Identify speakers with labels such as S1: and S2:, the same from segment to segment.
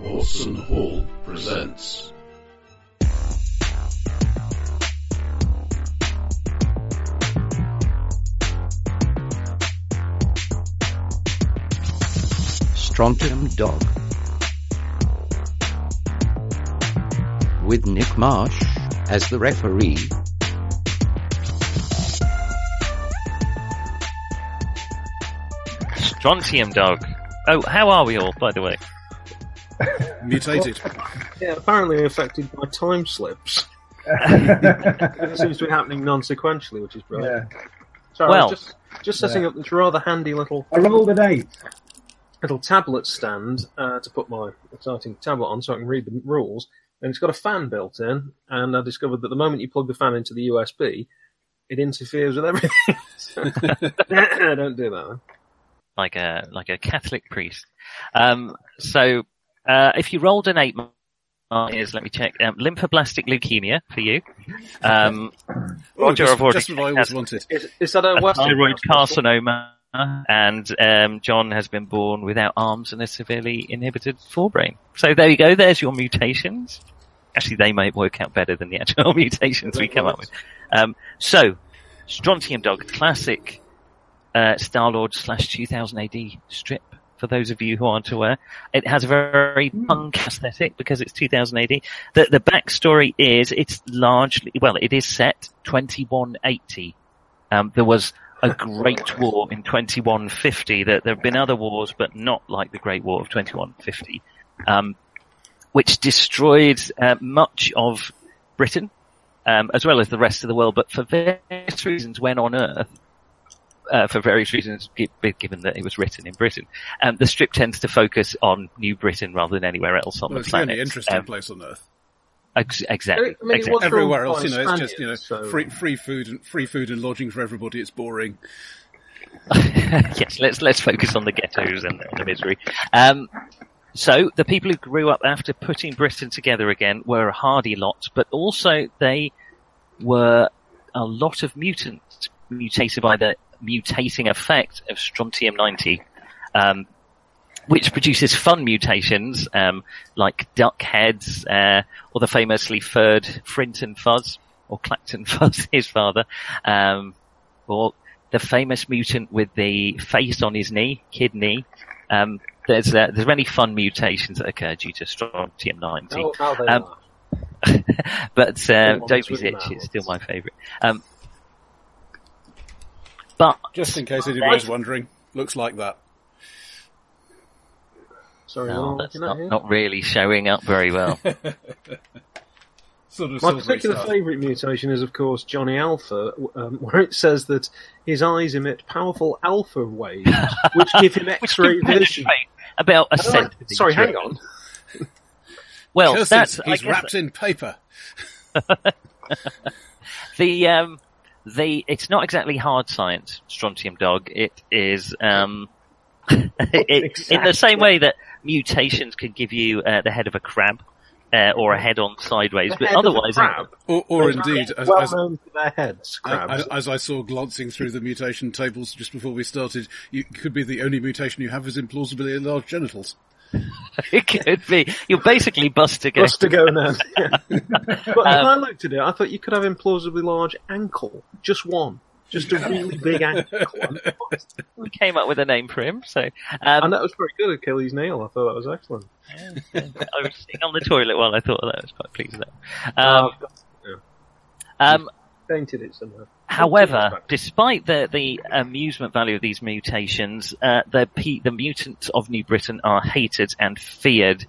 S1: Watson Hall presents.
S2: Strontium Dog with Nick Marsh as the referee.
S3: Strontium dog. Oh, how are we all, by the way?
S4: Mutated.
S5: Yeah, apparently affected by time slips. It seems to be happening non-sequentially, which is brilliant.
S4: yeah.
S5: Sorry, I was
S3: Well-
S5: just, just setting up this rather handy little
S4: I rolled an eight.
S5: little tablet stand uh, to put my exciting tablet on, so I can read the rules. And it's got a fan built in, and I discovered that the moment you plug the fan into the USB, it interferes with everything. So- Don't do that.
S3: Like a like a Catholic priest. Um, so uh, if you rolled an eight, Mark, is let me check. Um, lymphoblastic leukemia for you. Um,
S4: Oh,
S3: Roger,
S4: just,
S3: I've already
S4: just what I always
S3: checked.
S4: wanted.
S5: Is, is that a
S3: a
S5: Western
S3: thyroid
S5: hospital?
S3: carcinoma, and um, John has been born without arms and a severely inhibited forebrain. So there you go. There's your mutations. Actually, they might work out better than the actual mutations we come up with. Um, so, Strontium Dog, classic uh, Star Lord slash 2000 AD strip. For those of you who aren't aware, it has a very punk aesthetic because it's 2000 AD. The, the backstory is it's largely, well, it is set 2180 um, there was a great war in 2150. That there have been other wars, but not like the Great War of 2150, um, which destroyed uh, much of Britain um, as well as the rest of the world. But for various reasons, when on Earth, uh, for various reasons, gi- given that it was written in Britain, um, the strip tends to focus on New Britain rather than anywhere else on
S4: Well,
S3: the
S4: it's the
S3: planet.
S4: only interesting
S3: Um,
S4: place on earth.
S3: ex- exactly.
S5: I mean, it
S3: exactly.
S5: was-
S4: Everywhere
S5: from
S4: else, you know, it's just you know,
S5: Spaniards, so-
S4: free, free food and free food and lodging for everybody. It's boring.
S3: yes, let's let's focus on the ghettos and the misery. Um, so the people who grew up after putting Britain together again were a hardy lot, but also they were a lot of mutants mutated by the mutating effect of strontium ninety, um, which produces fun mutations um, like duck heads uh, or the famously furred Frinton Fuzz or Clacton Fuzz, his father, um, or the famous mutant with the face on his knee, kid knee. Um, there's uh, there's many fun mutations that occur due to strontium ninety
S5: Oh, how they
S3: Um,
S5: are.
S3: but uh,
S5: Well,
S3: Dopey's
S5: it's
S3: Itch
S5: written
S3: is
S5: out.
S3: still my favourite. Um, but
S4: Just in case anybody's wondering, looks like that.
S5: Sorry, what am
S3: no,
S5: I
S3: that's
S5: looking at
S3: not,
S5: here?
S3: not really showing up very well.
S4: Sort of
S5: My
S4: silvery
S5: particular
S4: stuff.
S5: favourite mutation is, of course, Johnny Alpha, um, where it says that his eyes emit powerful alpha waves, which give him
S3: Which
S5: X-ray
S3: can
S5: vision.
S3: penetrate about a
S5: I don't like-
S3: centimetre.
S5: Sorry, hang on.
S3: Well,
S4: Curses,
S3: that's I
S4: he's
S3: guess
S4: wrapped in paper.
S3: the um, the it's not exactly hard science. Strontium dog. It is um, it, in the same way that mutations can give you uh, the head of a crab uh, or a head on sideways,
S5: The
S3: but
S5: head of a
S3: otherwise
S5: crab.
S4: Or, or indeed, as,
S5: well
S4: as,
S5: known for their heads, crabs.
S4: as, as I saw glancing through the mutation tables just before we started, you could be the only mutation you have is implausibly enlarged genitals.
S3: it could be you're basically Buster Gold.
S5: Just to go now. but when I looked at it, I thought you could have implausibly large ankle, just one, just a really big ankle,
S3: we came up with a name for him. So um,
S5: and that was pretty good. Achilles' nail, I thought that was excellent.
S3: I was sitting on the toilet while I thought of that. I was quite pleased with that.
S4: Oh,
S3: Um,
S5: I've got-
S3: um,
S5: painted it somehow.
S3: however, despite the, the amusement value of these mutations, uh, the pe- the mutants of New Britain are hated and feared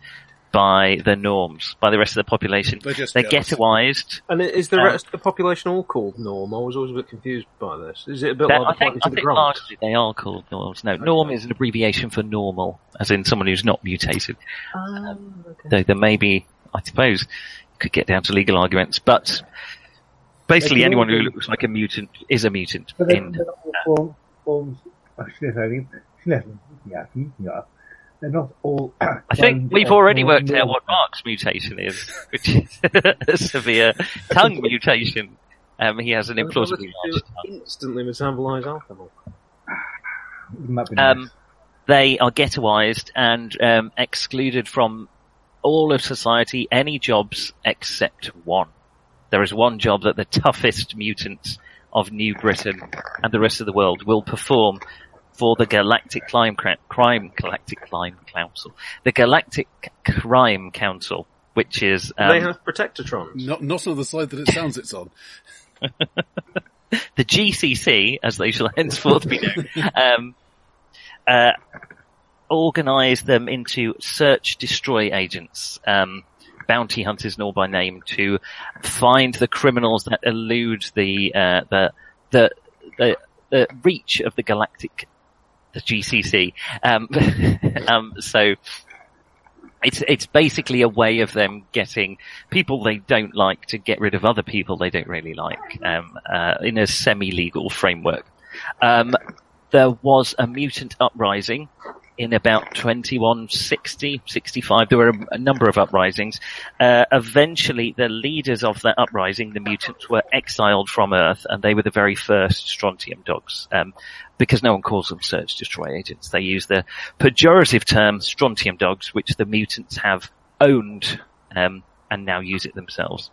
S3: by the norms, by the rest of the population.
S4: They're just jealous.
S3: ghettoized.
S5: And i- is the
S3: Um,
S5: rest of the population all called Norm? I was always a bit confused by this. Is it a bit
S3: They're- I
S5: like the
S3: think, I
S5: Fighters of the
S3: think
S5: Bronx?
S3: largely they are called norms. No, norm is an abbreviation for normal, as in someone who's not mutated.
S5: Oh,
S3: Though there may be, I suppose, you could get down to legal arguments, but basically
S6: They can
S3: anyone
S6: all
S3: who
S6: be-
S3: looks like a mutant is a mutant.
S6: But they're,
S3: in-
S6: they're not all form, forms. I should have had Should have yeah, yeah. They're not all.
S3: I think we've already worked out what Mark's mutation is, which is a severe tongue mutation. Um, he has an
S5: Well, that's
S3: implausibly
S5: what
S3: large
S5: you do, Instantly metabolise alcohol.
S3: um, they are ghettoized and um, excluded from all of society any jobs except one. There is one job that the toughest mutants of New Britain and the rest of the world will perform for the Galactic Crime, Cra- Crime Galactic Crime Council, the Galactic Crime Council, which is
S5: they
S3: um,
S5: have protectatrons.
S4: Not, not on the side that it sounds it's on.
S3: the GCC, as they shall henceforth be known, um, uh, organise them into search destroy agents, um, bounty hunters and all by name, to find the criminals that elude the uh, the, the the the reach of the galactic, the GCC. Um, um, so. It's, it's basically a way of them getting people they don't like to get rid of other people they don't really like um, uh, in a semi-legal framework. Um, there was a mutant uprising in about 2160, 65. There were a, a number of uprisings. Uh, eventually, the leaders of that uprising, the mutants, were exiled from Earth, and they were the very first strontium dogs um, because no one calls them search destroy agents. They use the pejorative term strontium dogs, which the mutants have owned um, and now use it themselves.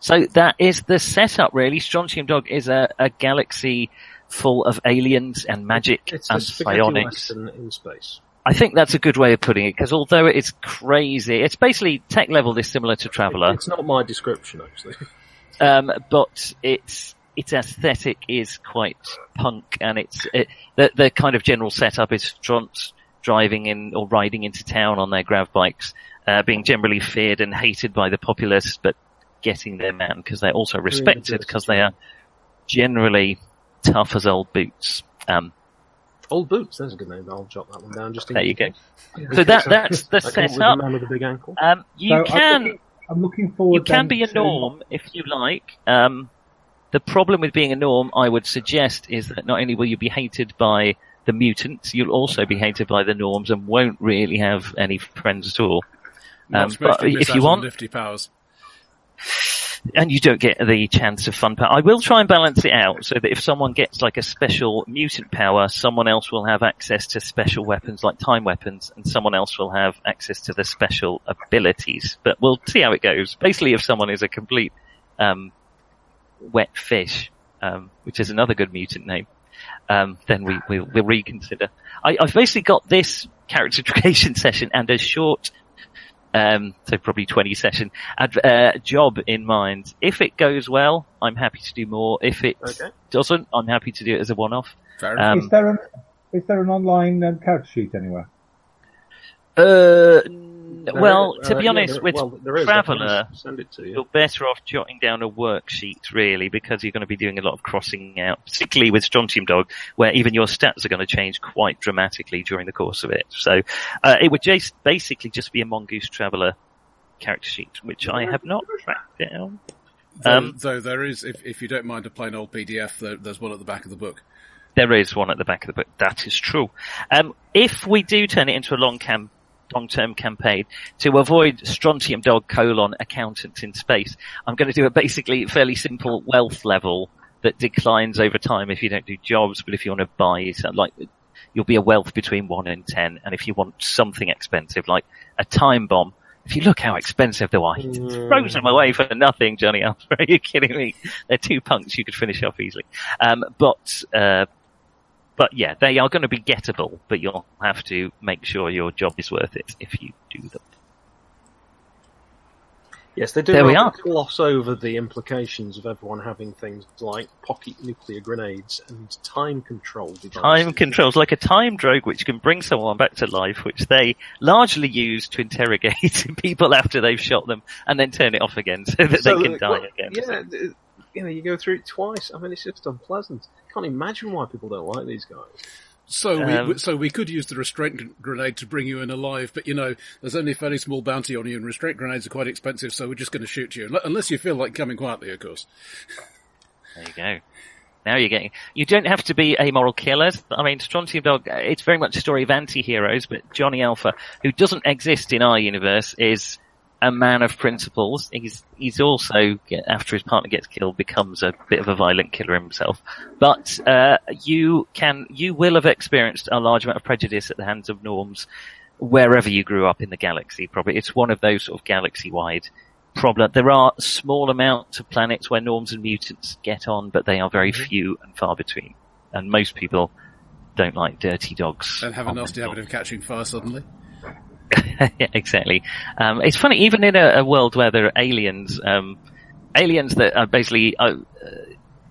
S3: So that is the setup, really. Strontium Dog is a, a galaxy full of aliens and magic
S5: It's a
S3: and
S5: spaghetti
S3: psionics.
S5: western in space.
S3: I think that's a good way of putting it, because although it's crazy, it's basically tech level is similar to Traveller,
S5: It's not my description actually.
S3: um, but it's its aesthetic is quite punk, and it's it, the the kind of general setup is Strunts driving in or riding into town on their grav bikes, uh, being generally feared and hated by the populace, but getting their man because they're also respected
S5: good.
S3: because they are generally tough as old boots. Um,
S5: Old boots. That's a good name. I'll jot that one down. Just in
S3: there you
S5: case.
S3: go. So that that's the
S5: I come up with
S3: setup.
S5: The man with the big ankle.
S3: Um, you
S7: uh,
S6: So I'm
S3: can
S6: looking, I'm looking forward.
S3: you can
S6: then
S3: be a
S6: to-
S3: norm if you like. Um, the problem with being a norm, I would suggest, is that not only will you be hated by the mutants, you'll also be hated by the norms and won't really have any friends at all. Um,
S4: Much
S3: but
S4: better miss
S3: if
S4: out
S3: you
S4: on
S3: want,
S4: nifty powers.
S3: and you don't get the chance of fun power. I will try and balance it out so that if someone gets like a special mutant power, someone else will have access to special weapons like time weapons and someone else will have access to the special abilities. But we'll see how it goes. Basically, if someone is a complete, um, wet fish, um, which is another good mutant name, um, then we, we'll, we'll reconsider. I, I've basically got this character creation session and a short um, so probably 20 session ad- uh, job in mind. If it goes well, I'm happy to do more. If it
S5: Okay.
S3: doesn't, I'm happy to do it as a one-off.
S4: Fair enough.
S3: Um,
S6: Is there an is there an online um, character sheet anywhere?
S3: uh, n-
S5: There
S3: well,
S5: is-
S3: to
S5: uh,
S3: be
S5: yeah,
S3: honest,
S5: there-
S3: with
S5: well, there is. I can
S3: Traveller,
S5: send it to
S3: you're
S5: you.
S3: better off jotting down a worksheet really because you're going to be doing a lot of crossing out, particularly with Strontium Dog, where even your stats are going to change quite dramatically during the course of it. So uh, it would just basically just be a Mongoose Traveller character sheet, which I have not tracked down.
S4: Though,
S3: Um,
S4: though there is, if, if you don't mind a plain old PDF, there, there's one at the back of the book.
S3: There is one at the back of the book. That is true. Um, if we do turn it into a long cam- long-term campaign to avoid strontium dog colon accountants in space, I'm going to do a basically fairly simple wealth level that declines over time if you don't do jobs, but if you want to buy, so like, you'll be a wealth between one and ten. And if you want something expensive, like a time bomb, if you look how expensive they are, he throws them away for nothing, Johnny. Alpha. Are you kidding me? They're two punks you could finish off easily. Um, but, uh, but yeah, they are going to be gettable, but you'll have to make sure your job is worth it if you do them.
S5: Yes, they do.
S3: There we
S5: rather
S3: are.
S5: Gloss over the implications of everyone having things like pocket nuclear grenades and time control devices.
S3: Time controls like a time drogue which can bring someone back to life, which they largely use to interrogate people after they've shot them and then turn it off again so that
S5: So,
S3: they can
S5: uh,
S3: die
S5: well,
S3: again.
S5: Yeah, th- you know, you go through it twice. I mean, it's just unpleasant. Can't imagine why people don't like these guys.
S4: So
S3: Um,
S4: we so we could use the restraint grenade to bring you in alive, but you know there's only a fairly small bounty on you, and restraint grenades are quite expensive, so we're just going to shoot you Unle- unless you feel like coming quietly, of course.
S3: There you go. Now you're getting. You don't have to be a moral killer. I mean, Strontium Dog. uh, It's very much a story of anti-heroes, but Johnny Alpha, who doesn't exist in our universe, is a man of principles. He's he's also after his partner gets killed, becomes a bit of a violent killer himself. But uh, you can you will have experienced a large amount of prejudice at the hands of norms. wherever you grew up in the galaxy, probably. It's one of those sort of galaxy-wide problem. There are small amounts of planets where norms and mutants get on, but they are very
S4: Mm-hmm.
S3: few and far between. And most people don't like dirty dogs.
S4: and have a
S3: on
S4: nasty
S3: their
S4: habit of catching fire suddenly.
S3: yeah, exactly. Um, it's funny, even in a, a world where there are aliens, um, aliens that are basically uh, uh,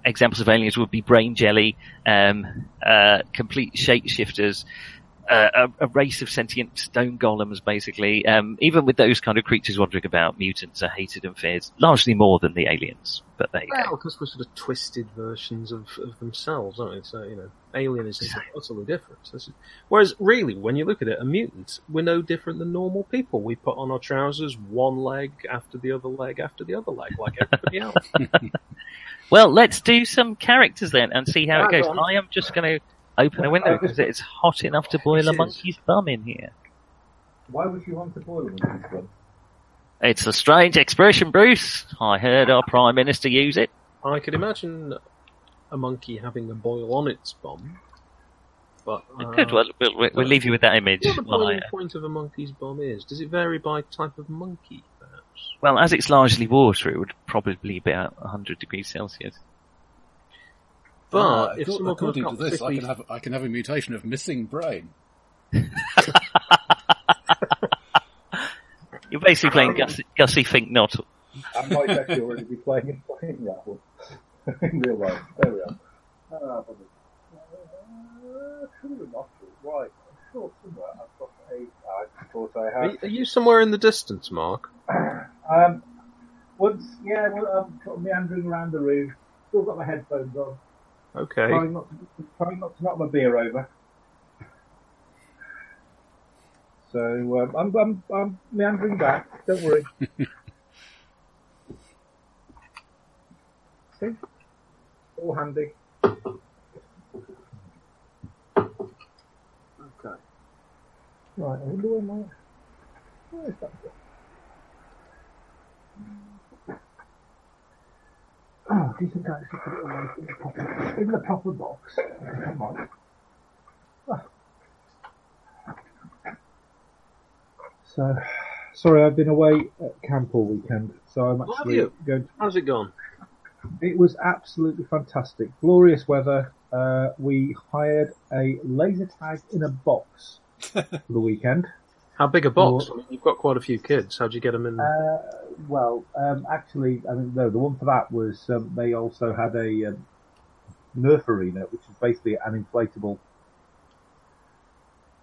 S3: examples of aliens would be brain jelly, um, uh, complete shapeshifters, uh, a, a race of sentient stone golems, basically. Um, even with those kind of creatures wandering about, mutants are hated and feared largely more than the aliens. But there you
S5: Well,
S3: go.
S5: because we're sort of twisted versions of, of themselves, aren't we? So, you know, alien is something utterly different. This is- whereas, really, when you look at it, a mutant, we're no different than normal people. We put on our trousers one leg after the other leg after the other leg, like everybody else.
S3: Well, let's do some characters then and see how
S5: Yeah,
S3: it goes.
S5: go on.
S3: I am just going to open a window because it's hot enough to boil
S5: This
S3: a
S5: is-
S3: monkey's bum in here.
S7: Why would you want to boil them in this one?
S3: It's a strange expression, Bruce. I heard our Prime Minister use it.
S5: I could imagine a monkey having a boil on its bum, but uh,
S3: Good. Well, we'll, we'll- we'll leave you with that image.
S5: what the
S3: Well, I-
S5: boiling point of a monkey's bum is? Does it vary by type of monkey?
S4: Uh,
S5: Perhaps.
S3: well, as it's largely water, it would probably be about 100 degrees Celsius.
S5: But
S4: Ah,
S5: if
S4: acco-
S5: someone could
S4: according
S5: have
S4: to
S5: got
S4: this, I
S5: 50
S4: can have I can have a mutation of missing brain.
S3: You're basically playing Gussie, Gussie Fink Not.
S7: I might actually already be playing it playing that one in real life. There we are. Ah, bugger. Uh, true enough, right. I'm sure somewhere I've got a. I thought I
S5: Are
S7: had.
S5: you- are you somewhere in the distance, Mark?
S7: Um, once, yeah, um, well, I'm sort of meandering around the room. Still got my headphones on.
S5: Okay.
S7: Trying not, to, trying not to knock my beer over. So um, I'm, I'm, I'm meandering back. Don't worry. See, all handy. Okay. Right. I wonder where my. Where is that? Oh, do you think I should put it away in the proper, in the proper box? Come on. Ah. So, sorry, I've been away at camp all weekend, so I'm
S5: Oh, have
S7: actually
S5: you?
S7: going to
S5: How's it gone?
S7: it was absolutely fantastic. Glorious weather. Uh, we hired a laser tag in a box for the weekend.
S5: How big a box?
S7: Well-
S5: I mean, you've got quite a few kids. How'd you get them in?
S7: Uh, well, um, actually, I mean, no, the one for that was um, they also had a um, Nerf arena, which is basically an inflatable.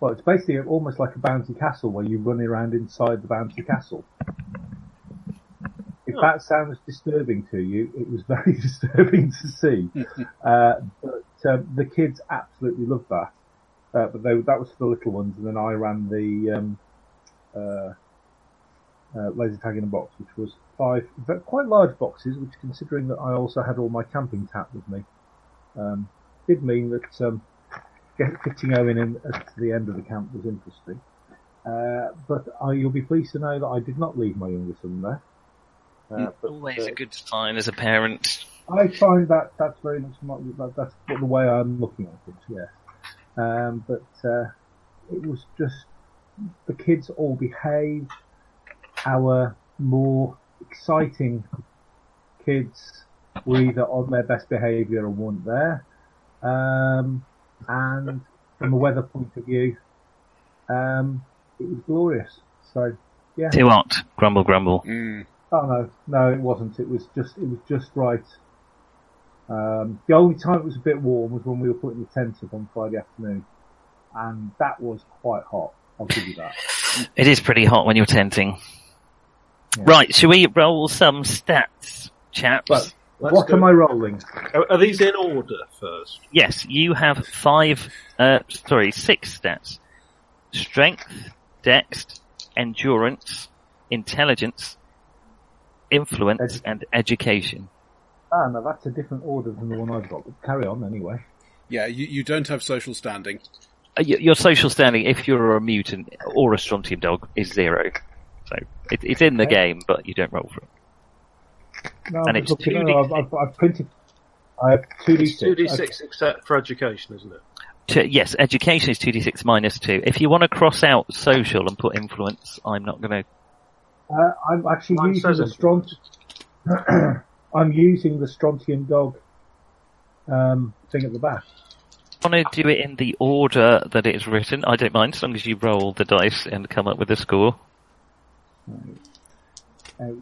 S7: Well, it's basically almost like a bouncy castle where you run around inside the bouncy castle. If that sounds disturbing to you, it was very disturbing to see. uh, but um, the kids absolutely loved that. Uh, but they, that was for the little ones, and then I ran the um, uh, uh, laser tag in a box, which was five ve- quite large boxes, which considering that I also had all my camping tap with me, um, did mean that um, get, fitting Owen in at the end of the camp was interesting. Uh, but I, you'll be pleased to know that I did not leave my younger son there. Uh, but,
S3: Always a
S7: uh,
S3: good sign as a parent.
S7: I find that that's very much my, that, that's what the way I'm looking at it. Yeah, um, but uh, it was just the kids all behaved. Our more exciting kids were either on their best behaviour or weren't there. Um, and from a weather point of view, um, it was glorious. So yeah.
S3: Too hot. Grumble, grumble.
S7: Oh no, no, it wasn't. It was just, it was just right. Um, the only time it was a bit warm was when we were putting the tent up on Friday afternoon, and that was quite hot. I'll give you that.
S3: It is pretty hot when you're tenting.
S7: Yeah.
S3: Right, shall we roll some stats, chaps?
S7: But
S5: Let's
S7: what
S5: do
S7: am
S5: it.
S7: I rolling?
S5: Are, are these in order first?
S3: Yes, you have five, uh, sorry, six stats. Strength, dex, endurance, intelligence, influence,
S7: Edu-
S3: and education.
S7: Ah, no, that's a different order than the one I've got. But carry on anyway.
S4: Yeah, you, you don't have social standing.
S3: Uh, y- Your social standing, if you're a mutant or a strontium dog, is zero. So it, it's in the
S7: Okay.
S3: game, but you don't roll for it.
S7: No,
S3: And
S7: I'm
S3: it's
S7: just looking- no,
S3: 2D6.
S7: I've, I've, I've printed. I have two d
S5: It's
S7: six.
S5: 2d6 except for education, isn't it?
S3: to, yes, education is 2d6 minus 2. If you want to cross out social and put influence, I'm not going to.
S7: Uh, I'm actually
S5: Mine
S7: using
S5: says
S7: the
S5: it.
S7: stront. I'm using the strontium dog um, thing at the back.
S3: want to do it in the order that it's written. I don't mind, as long as you roll the dice and come up with a score.
S7: Out.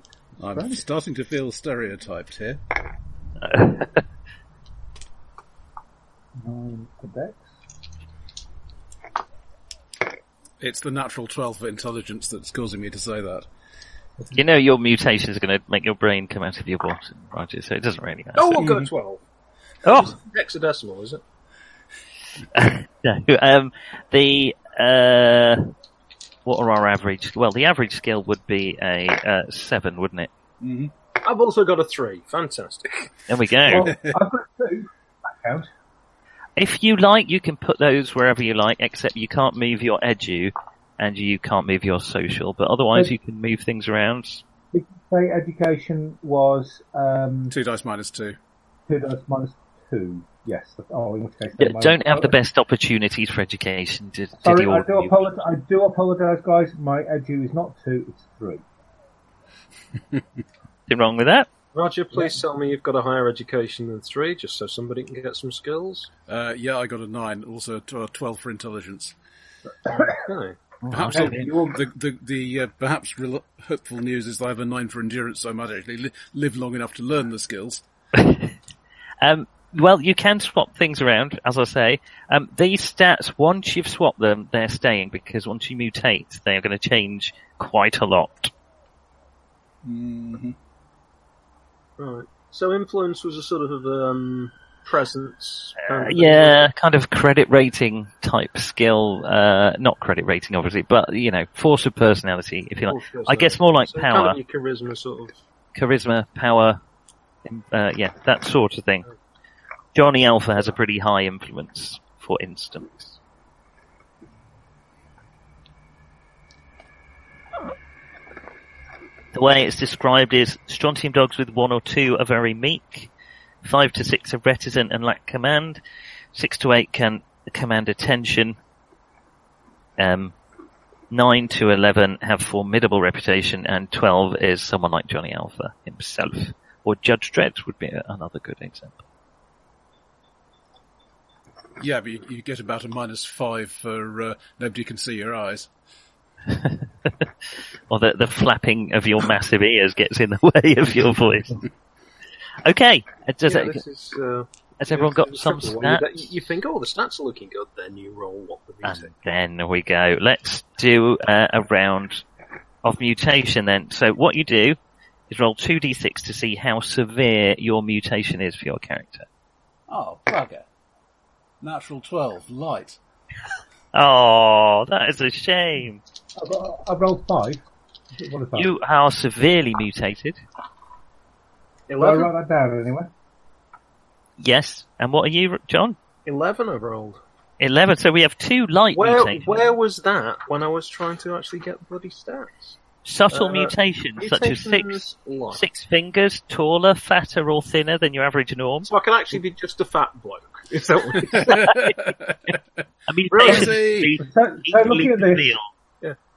S4: I'm starting to feel stereotyped here.
S7: Nine for Dex.
S4: It's the natural 12 for intelligence that's causing me to say that.
S3: You know your mutation is going to make your brain come out of your bottom, Roger, so it doesn't really matter.
S5: Oh, we'll go 12.
S3: Oh!
S5: Hexadecimal, is it?
S3: No, um, the uh, what are our average? Well, the average skill would be a uh, seven, wouldn't it?
S5: I've also got a 3. Fantastic.
S3: There we go.
S7: Oh, I've got two. That count.
S3: If you like, you can put those wherever you like, except you can't move your edu and you can't move your social. But otherwise,
S7: But-
S3: you can move things around.
S7: Did you say education was um,
S4: Two dice minus two.
S7: two dice minus two? Yes. Oh, in which case,
S3: Yeah,
S7: never mind.
S3: don't have the best opportunities for education to, to
S7: Sorry,
S3: the
S7: I do,
S3: ordinary.
S7: apologize, I do apologize, guys. My edu is not two; it's three.
S3: Nothing wrong with that.
S5: Roger, please tell me you've got a higher education than 3, just so somebody can get some skills.
S4: Uh, yeah, I got a nine. Also, a tw- a 12 for intelligence.
S5: Okay.
S4: Perhaps
S7: Oh,
S4: the,
S7: you all-
S4: the, the, the, uh, perhaps real hopeful news is that I have a nine for endurance, so I might actually li- live long enough to learn the skills.
S3: Um, well, you can swap things around, as I say. Um, these stats, once you've swapped them, they're staying because once you mutate, they are going to change quite a lot.
S5: Right. So influence was a sort of um, presence. kind
S3: Uh,
S5: of thing.
S3: yeah, kind of credit rating type skill. Uh, not credit rating, obviously, but you know, force of personality, if you like.
S5: Force of
S3: I guess more like
S5: So
S3: power,
S5: Kind of your charisma, sort of.
S3: charisma, power. Uh, yeah, that sort of thing. Johnny Alpha has a pretty high influence, for instance. The way it's described is strontium dogs with one or two are very meek, five to six are reticent and lack command, six to eight can command attention, um, nine to eleven have formidable reputation, and twelve is someone like Johnny Alpha himself, or Judge Dredd would be another good example.
S4: Yeah, but you, you get about a minus five for uh, nobody can see your eyes.
S3: Or the, the flapping of your massive ears gets in the way of your voice. Okay, does
S5: yeah,
S3: it-
S5: this is, uh,
S3: has everyone got
S5: it's a
S3: some
S5: tricky one.
S3: stats? Um,
S5: You, you think, oh, the stats are looking good, then you roll what the music.
S3: And then we go. Let's do uh, a round of mutation then. So what you do is roll 2d6 to see how severe your mutation is for your character.
S4: Oh, bugger. Natural 12, light.
S3: Oh, that is a shame.
S7: I've, got- I've rolled five. What is that?
S3: You are severely mutated.
S7: Well, I
S5: 11,
S7: write that down anyway.
S3: Yes. And what are you, John?
S5: 11 I rolled.
S3: 11. So we have two light
S5: Where,
S3: mutations.
S5: where was that when I was trying to actually get bloody stats?
S3: Subtle
S5: uh,
S3: mutations, such as six,
S5: Mutations, light.
S3: six fingers, taller, fatter or thinner than your average norm.
S5: So I can actually be just a fat bloke. Is that what it is?
S3: A mutation
S4: Rosie!
S3: is equally
S7: So, so looking at this,
S3: real.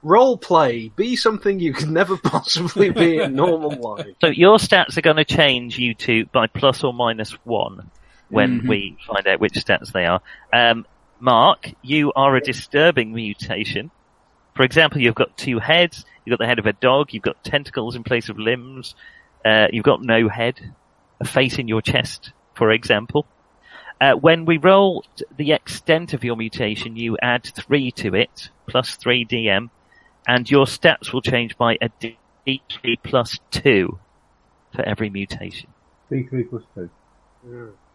S5: Role play, be something you could never possibly be in normal life.
S3: So your stats are going to change you two by plus or minus one when we find out which stats they are. Um, Mark, you are a disturbing mutation. For example, you've got two heads, you've got the head of a dog, you've got tentacles in place of limbs, uh, you've got no head, a face in your chest, for example. Uh, when we roll t- the extent of your mutation, you add three to it, plus three DM, and your stats will change by a d3 plus two for every mutation.
S7: D3 plus two.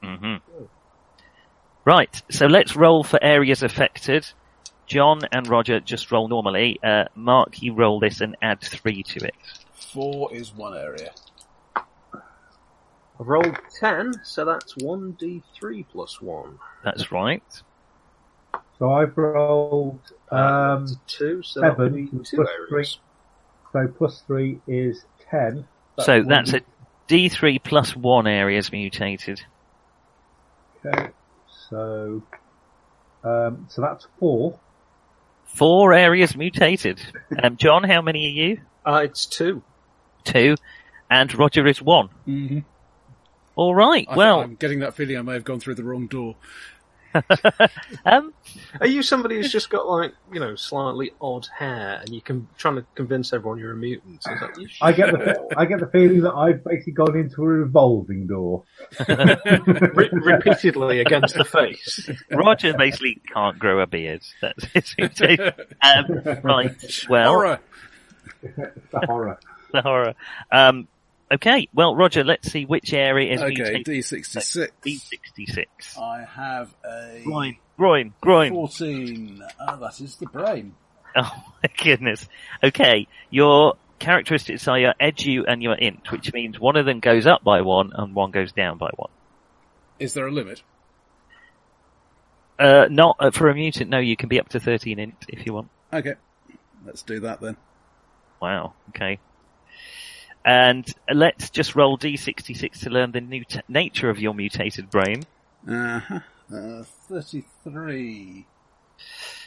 S3: hmm Right, so let's roll for areas affected. John and Roger just roll normally. Uh, Mark, you roll this and add three to it.
S4: Four is one area.
S5: I rolled 10, so that's 1d3 plus 1.
S3: That's right.
S7: So I've rolled,
S5: Uh,
S7: um,
S5: That's 2, so
S7: seven
S5: that'll be 2
S7: plus
S5: areas.
S7: so plus three is ten.
S3: so that's a D3 plus one areas mutated.
S7: Okay. So Um, so that's four.
S3: Four areas mutated. Um, John, how many are you?
S5: Uh, it's two.
S3: Two. And Roger is one.
S4: Mm-hmm.
S3: All right.
S4: I,
S3: well,
S4: I'm getting that feeling I may have gone through the wrong door.
S3: um,
S5: Are you somebody who's just got like you know slightly odd hair and you can trying to convince everyone you're a mutant? Is that you?
S7: I get the I get the feeling that I've basically gone into a revolving door.
S5: Re- repeatedly against the face.
S3: Roger basically can't grow a beard. That's it. um, right. Well,
S4: All right.
S7: It's a horror.
S3: the horror. Um, okay. Well, Roger, let's see which area is
S4: Okay,
S3: mutated.
S4: D66.
S3: D66.
S8: I have a
S3: Groin, groin, groin.
S8: 14. Ah, that is the brain.
S3: Oh my goodness. Okay, your characteristics are your edu and your int, which means one of them goes up by one and one goes down by one.
S4: Is there a limit?
S3: Uh, not uh, for a mutant. No, you can be up to 13 int if you want.
S4: Okay, let's do that then.
S3: Wow. Okay. And let's just roll d66 to learn the new t- nature of your mutated brain.
S4: Uh-huh.
S8: Uh, 33.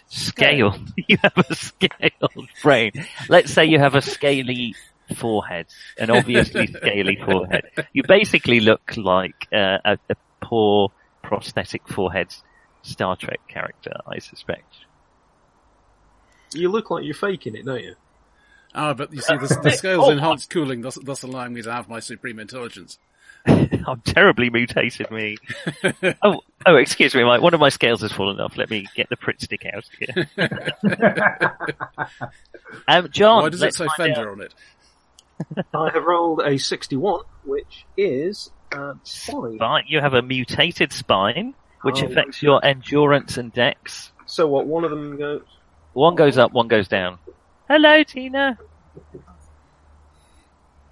S3: Scale. you have a scaled brain. Let's say you have a scaly forehead, an obviously scaly forehead. You basically look like uh, a, a poor prosthetic forehead Star Trek character, I suspect.
S5: You look like you're faking it, don't you?
S4: Ah, but you see, the,
S3: Oh.
S4: the scale's enhanced cooling, thus, thus allowing me to have my supreme intelligence.
S3: How terribly mutated me. oh, oh, excuse me, my, one of my scales has fallen off. Let me get the Pritt stick out here. um, John,
S4: Why does it
S3: let's
S4: say
S3: find out.
S4: Fender on it?
S5: I have rolled a 61, which is uh, five.
S3: Right, you have a mutated spine, which
S5: Oh.
S3: affects your endurance and dex.
S5: So what? One of them goes.
S3: One goes up, one goes down. Hello, Tina.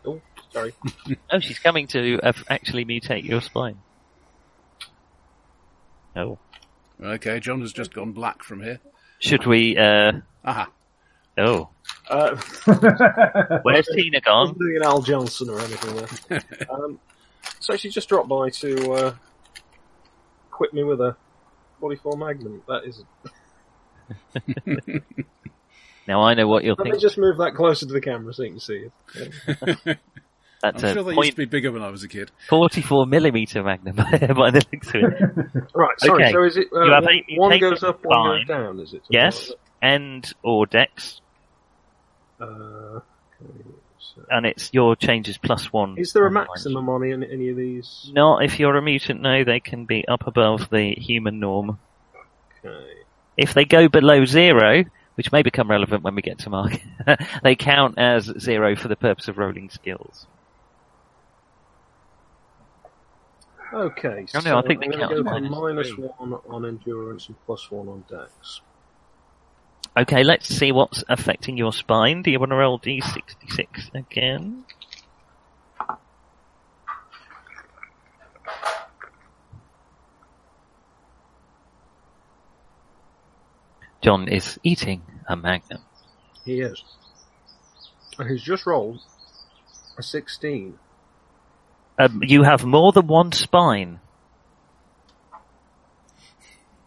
S5: Oh, sorry.
S3: Oh, she's coming to uh, actually mutate your spine. Oh,
S4: Okay, John has just gone black from here.
S3: should we? uh
S4: Aha.
S3: Oh,
S5: Uh,
S3: where's Tina
S5: I'm
S3: gone?
S5: doing an Al Johnson or anything there. um, so she just dropped by to uh, quit me with a 44 Magnum. That is.
S3: Now I know what you're
S5: Let me
S3: thinking.
S5: just move that closer to the camera so you can see it.
S3: That's
S4: I'm
S3: a
S4: sure they used
S3: point
S4: to be bigger when I was a kid.
S3: 44 millimeter magnum by the looks of it.
S5: Right. Sorry.
S3: Okay.
S5: So is it uh,
S3: You have
S5: one-
S3: eight- you
S5: one
S3: take it
S5: goes up, one
S3: fine.
S5: goes down? Is it? Something
S3: Yes,
S5: like
S3: and or dex,
S5: that? Uh, okay, so-
S3: and it's your change is plus one.
S5: Is there a
S3: on the line.
S5: maximum on any, any of these?
S3: Not if you're a mutant. No, they can be up above the human norm.
S5: Okay.
S3: If they go below zero, which may become relevant when we get to mark, they count as zero for the purpose of rolling skills.
S5: Okay.
S3: Oh, no,
S5: so
S3: I think they
S5: am
S3: count as
S5: Go for
S3: minus
S5: minus
S3: three.
S5: one on endurance and plus one on dex.
S3: Okay, let's see what's affecting your spine. Do you want to roll d66 again? John is eating a magnum.
S5: He is. And he's just rolled a sixteen.
S3: Um, you have more than one spine.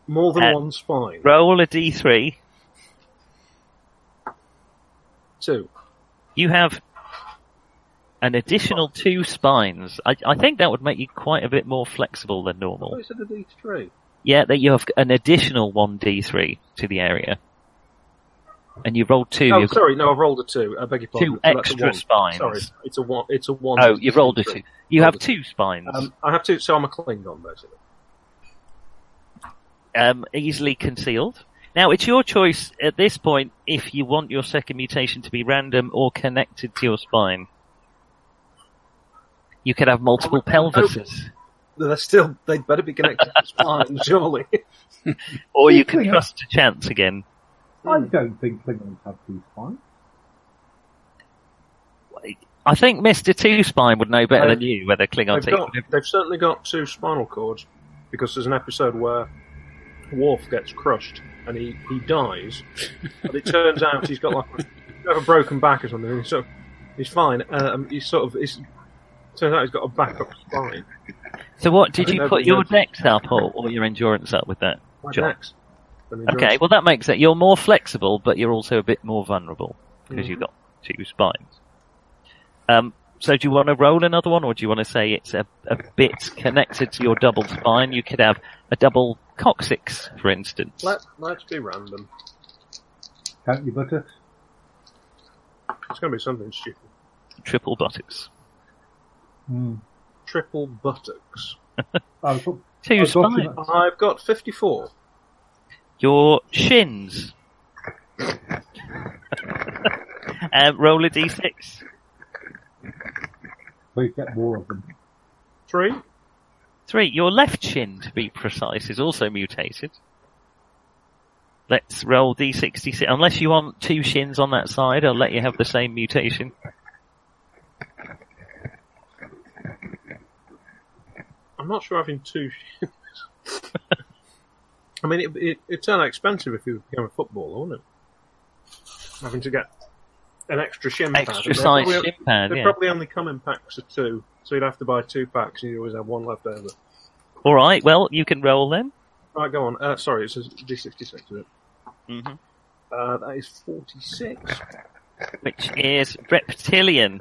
S5: More than
S3: Uh,
S5: one spine.
S3: Roll a d3.
S5: Two.
S3: You have an additional two spines. I, I think that would make you quite a bit more flexible than normal.
S5: Oh, is it a D three?
S3: Yeah, that you have an additional 1d3 to the area. And you rolled two.
S5: Oh,
S3: you've got-
S5: sorry. No, I've rolled a two. I beg your pardon.
S3: Two
S5: So that's a
S3: extra
S5: one.
S3: spines.
S5: Sorry, it's a one. It's a one.
S3: oh, you've rolled a two. You
S5: Rolled
S3: have
S5: a
S3: two spines. Um,
S5: Um, I have to. So I'm a Klingon, basically.
S3: um, easily concealed. Now, it's your choice at this point if you want your second mutation to be random or connected to your spine. You could have multiple
S5: Oh,
S3: pelvises.
S5: They're still. They'd better be connected to the spine, surely. Oh,
S3: Or you can trust to chance again.
S7: I don't think Klingons have two spines.
S3: I think Mr. Two Spine would know better than you whether Klingon takes
S5: They've, got, they've certainly got two spinal cords because there's an episode where Worf gets crushed and he, he dies, and it turns out he's got like a, he's got a broken back or something. And he's, sort of, he's fine. Um, he's sort of. He's, turns out he's got a backup spine.
S3: So what, did
S5: I
S3: you
S5: don't
S3: put
S5: know,
S3: your
S5: but-
S3: dex up or, or your endurance up with that?
S5: My
S3: Sure.
S5: next. than the
S3: Okay,
S5: drugs.
S3: well that makes it. You're more flexible, but you're also a bit more vulnerable because you've got two spines. Um, so do you want to roll another one, or do you want to say it's a, a bit connected to your double spine? You could have a double coccyx, for instance.
S5: Let, let's be random.
S7: Count your buttocks.
S5: It's going to be something stupid.
S3: Triple buttocks. Hmm.
S7: Mm.
S5: Triple buttocks.
S7: I was up- I
S3: Two
S7: was watching
S3: spines.
S7: that.
S5: Uh, I've got 54.
S3: Your shins. um, roll a d6.
S7: We get more of them.
S5: Three.
S3: Three, your left shin, to be precise, is also mutated. Let's roll d66. Unless you want two shins on that side, I'll let you have the same mutation.
S5: I'm not sure having two shins. I mean, it, it, it turned out expensive if you became a footballer, wouldn't it? Having to get an extra shin pad.
S3: Extra
S5: and they
S3: size
S5: probably-
S3: shin pad,
S5: They
S3: yeah.
S5: probably only come in packs of two, so you'd have to buy two packs and you'd always have one left over.
S3: Alright, well, you can roll then.
S5: Right, go on. Uh, sorry, it's a D66, is it?
S3: Mhm.
S5: Uh, that is 46.
S3: Which is reptilian.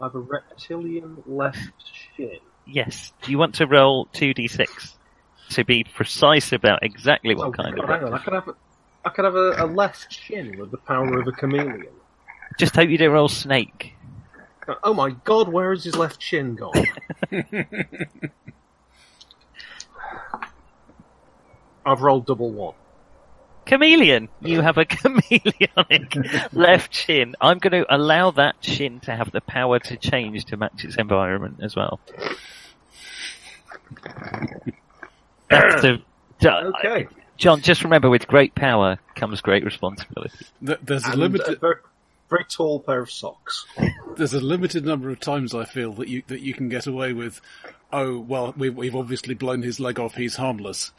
S5: I have a reptilian left shin.
S3: Yes. Do you want to roll 2d6? To be precise about exactly what
S5: Oh,
S3: kind
S5: God,
S3: of
S5: hang on, I could have, a, I could have a, a left shin with the power of a chameleon.
S3: Just hope you didn't roll snake.
S5: Uh, Oh my God, where is his left shin gone? I've rolled double one.
S3: Chameleon! You
S5: Uh.
S3: have a chameleonic left shin. I'm going to allow that shin to have the power to change to match its environment as well. That's a, d-
S5: Okay.
S3: John, just remember with great power comes great responsibility.
S4: Th- There's a
S5: And a
S4: limited
S3: uh,
S5: very, very tall pair of socks.
S4: there's a limited number of times I feel that you that you can get away with. Oh well, we've we've obviously blown his leg off. He's harmless.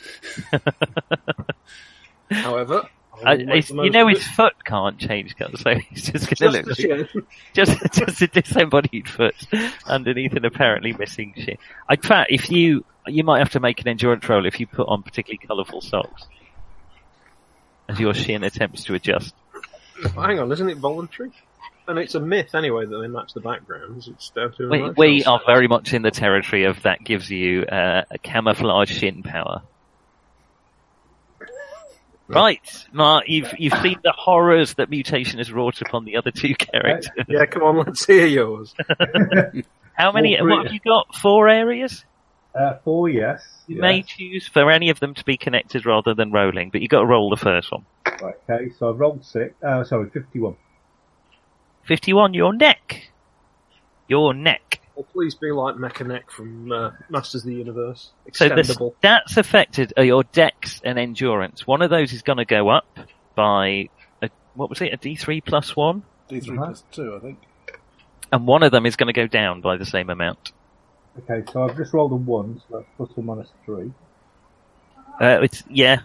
S5: However, I will
S3: I,
S5: make
S3: Uh, it's,
S5: the
S3: you
S5: most
S3: know
S5: of
S3: his foot can't change colour, so he's just going to
S5: it. Just the
S3: look
S5: shin.
S3: just just a disembodied foot underneath an apparently missing shin. In fact, if you you might have to make an endurance roll if you put on particularly colourful socks, as your shin attempts to adjust.
S5: Well, hang on, isn't it voluntary? And it's a myth anyway that they match the backgrounds. It's down to
S3: We,
S5: emotional
S3: we are
S5: state.
S3: very much in the territory of that gives you uh, a camouflage shin power. Right, Mark, you've you've seen the horrors that mutation has wrought upon the other two characters.
S5: Yeah, come on, let's hear yours.
S3: How many?
S7: Well,
S3: What have you got? Four areas.
S7: Uh, four, yes.
S3: You
S7: yes.
S3: may choose for any of them to be connected rather than rolling, but you got to roll the first one.
S7: Right, okay, so I've rolled six. Uh, sorry, 51.
S3: 51, your neck. Your neck.
S5: Well, please be like Mechaneck from uh, Masters of the Universe.
S3: So the
S5: Extendable.
S3: stats affected are your dex and endurance. One of those is going to go up by, a, what was it, a d3 plus one?
S8: D three
S7: Uh-huh.
S8: plus two, I think.
S3: And one of them is going to go down by the same amount.
S7: Okay, so I've just rolled a one, so that's plus or minus three.
S3: Uh, it's, yeah.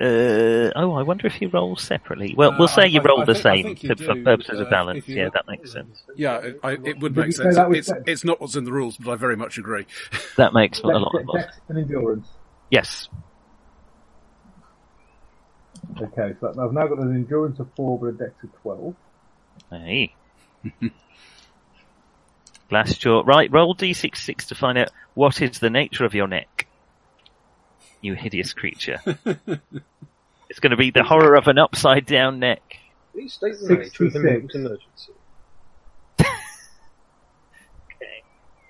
S3: Uh, oh, I wonder if you roll separately. Well,
S8: Uh,
S3: we'll say
S8: I-
S3: you
S8: I-
S3: roll
S8: I
S3: the
S8: think- I
S3: same
S8: think you
S3: to, for
S8: do,
S3: purposes
S8: uh,
S3: of balance.
S8: if you
S3: Yeah,
S8: look-
S3: that makes sense.
S4: Yeah, it, I, it would
S7: Did
S4: make
S7: you say
S4: sense.
S7: that was
S4: It's
S7: dex?
S4: it's not what's in the rules, but I very much agree.
S3: That makes a
S7: Dex,
S3: lot of sense.
S7: dex and endurance.
S3: Yes.
S7: Okay, so I've now got an endurance of four, but a dex of 12.
S3: Hey. Glass jaw. Right, roll d66 to find out what is the nature of your neck. You hideous creature. it's going to be the horror of an upside down neck.
S5: Please state the nature of the
S7: 66.
S5: emergency.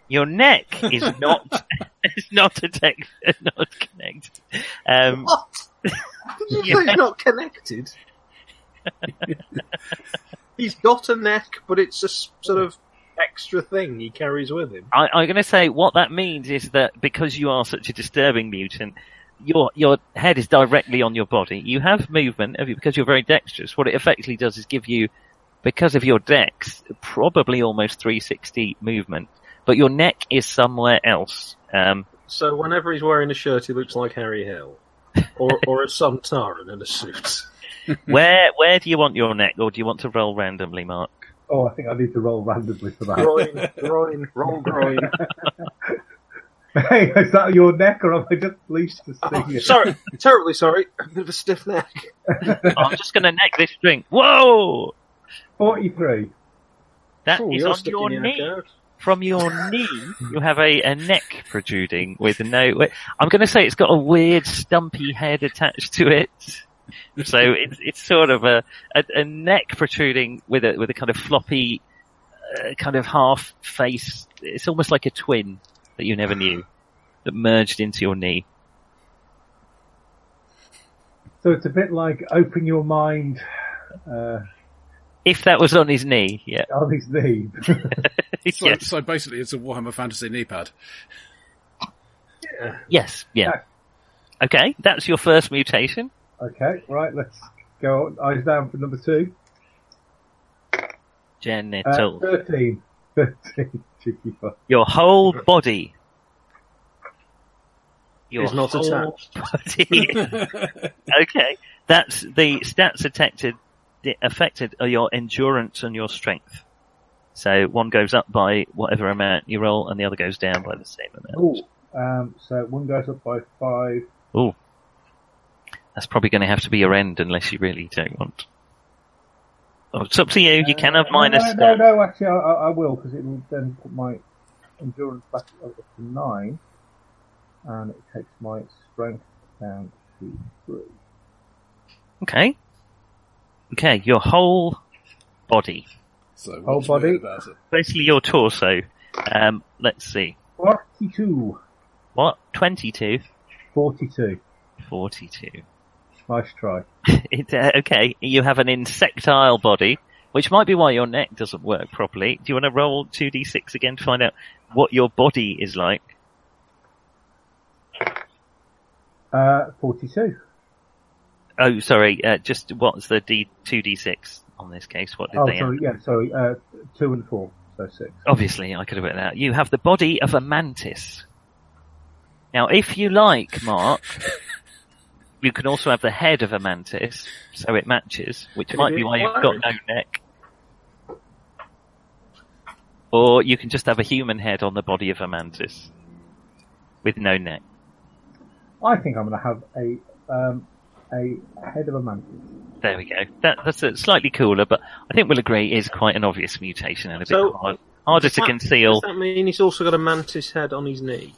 S3: Your neck is not is not a tech, not connected. Um,
S5: What? Did you say it's not connected? He's got a neck, but it's a s- sort of extra thing he carries with him.
S3: I, I'm going to say what that means is that because you are such a disturbing mutant, your your head is directly on your body. You have movement of you because you're very dexterous. What it effectively does is give you, because of your dex, probably almost 360 movement, but your neck is somewhere else. Um,
S5: So whenever he's wearing a shirt, he looks like Harry Hill. Or, or a Suntaran in a suit. Hmm.
S3: where where do you want your neck, or do you want to roll randomly, Mark?
S7: Oh, I think I need to roll randomly for that.
S5: Groin, groin, roll groin.
S7: Hey, is that your neck or am I just pleased to see you?
S5: Sorry, terribly sorry. A bit of a stiff neck.
S3: I'm just going to neck this drink. Whoa!
S7: 43.
S3: that is
S5: Oh, you're
S3: on
S5: sticking
S3: your
S5: your neck
S3: knee.
S5: out.
S3: From your knee, you have a, a neck protruding with no. I'm going to say it's got a weird stumpy head attached to it. So it's it's sort of a a, a neck protruding with a with a kind of floppy, uh, kind of half face. It's almost like a twin that you never knew that merged into your knee.
S7: So it's a bit like open your mind uh,
S3: If that was on his knee, yeah,
S7: on his knee.
S4: So,
S3: yes,
S4: so basically, it's a Warhammer Fantasy knee pad.
S3: yes, yeah. Okay, that's your first mutation.
S7: okay, right, let's go on. Eyes down for number two. Uh,
S3: Genital.
S7: 13. 13. Cheeky fuck.
S3: Your whole body. Your
S5: Is not
S3: whole
S5: attached.
S3: body. okay, that's the stats affected. the- Affected are your endurance and your strength. So one goes up by whatever amount you roll, and the other goes down by the same amount.
S7: Um, so one goes up by five.
S3: That's probably going to have to be your end, unless you really don't want. Oh, it's up to you. You can have minus.
S7: No, no, no, actually, I, I I will because it will then put my endurance back up to nine, and it takes my strength down to three.
S3: Okay. Okay, your whole body,
S8: So
S7: Whole
S8: what's weird
S7: body.
S8: about it?
S3: basically your torso. Um, let's see.
S7: Forty-two.
S3: What? 22?
S7: Forty-two.
S3: 42.
S7: Nice try.
S3: It, uh, okay, you have an insectile body, which might be why your neck doesn't work properly. Do you want to roll 2d6 again to find out what your body is like?
S7: Uh, forty-two.
S3: Oh, sorry, uh, just what's the d 2d6 on this case? What did
S7: Oh,
S3: they
S7: sorry.
S3: add?
S7: Yeah, sorry. Uh, two and four, so six.
S3: Obviously, I could have written that. You have the body of a mantis. Now, if you like, Mark, you can also have the head of a mantis, so it matches, which might be why you've got no neck. Or you can just have a human head on the body of a mantis with no neck.
S7: I think I'm going to have a um, a head of a mantis.
S3: There we go. That, that's a slightly cooler, but I think we'll agree it is quite an obvious mutation and a bit
S5: So-
S3: hard, harder to
S5: Does that-
S3: conceal.
S5: Does that mean he's also got a mantis head on his knee?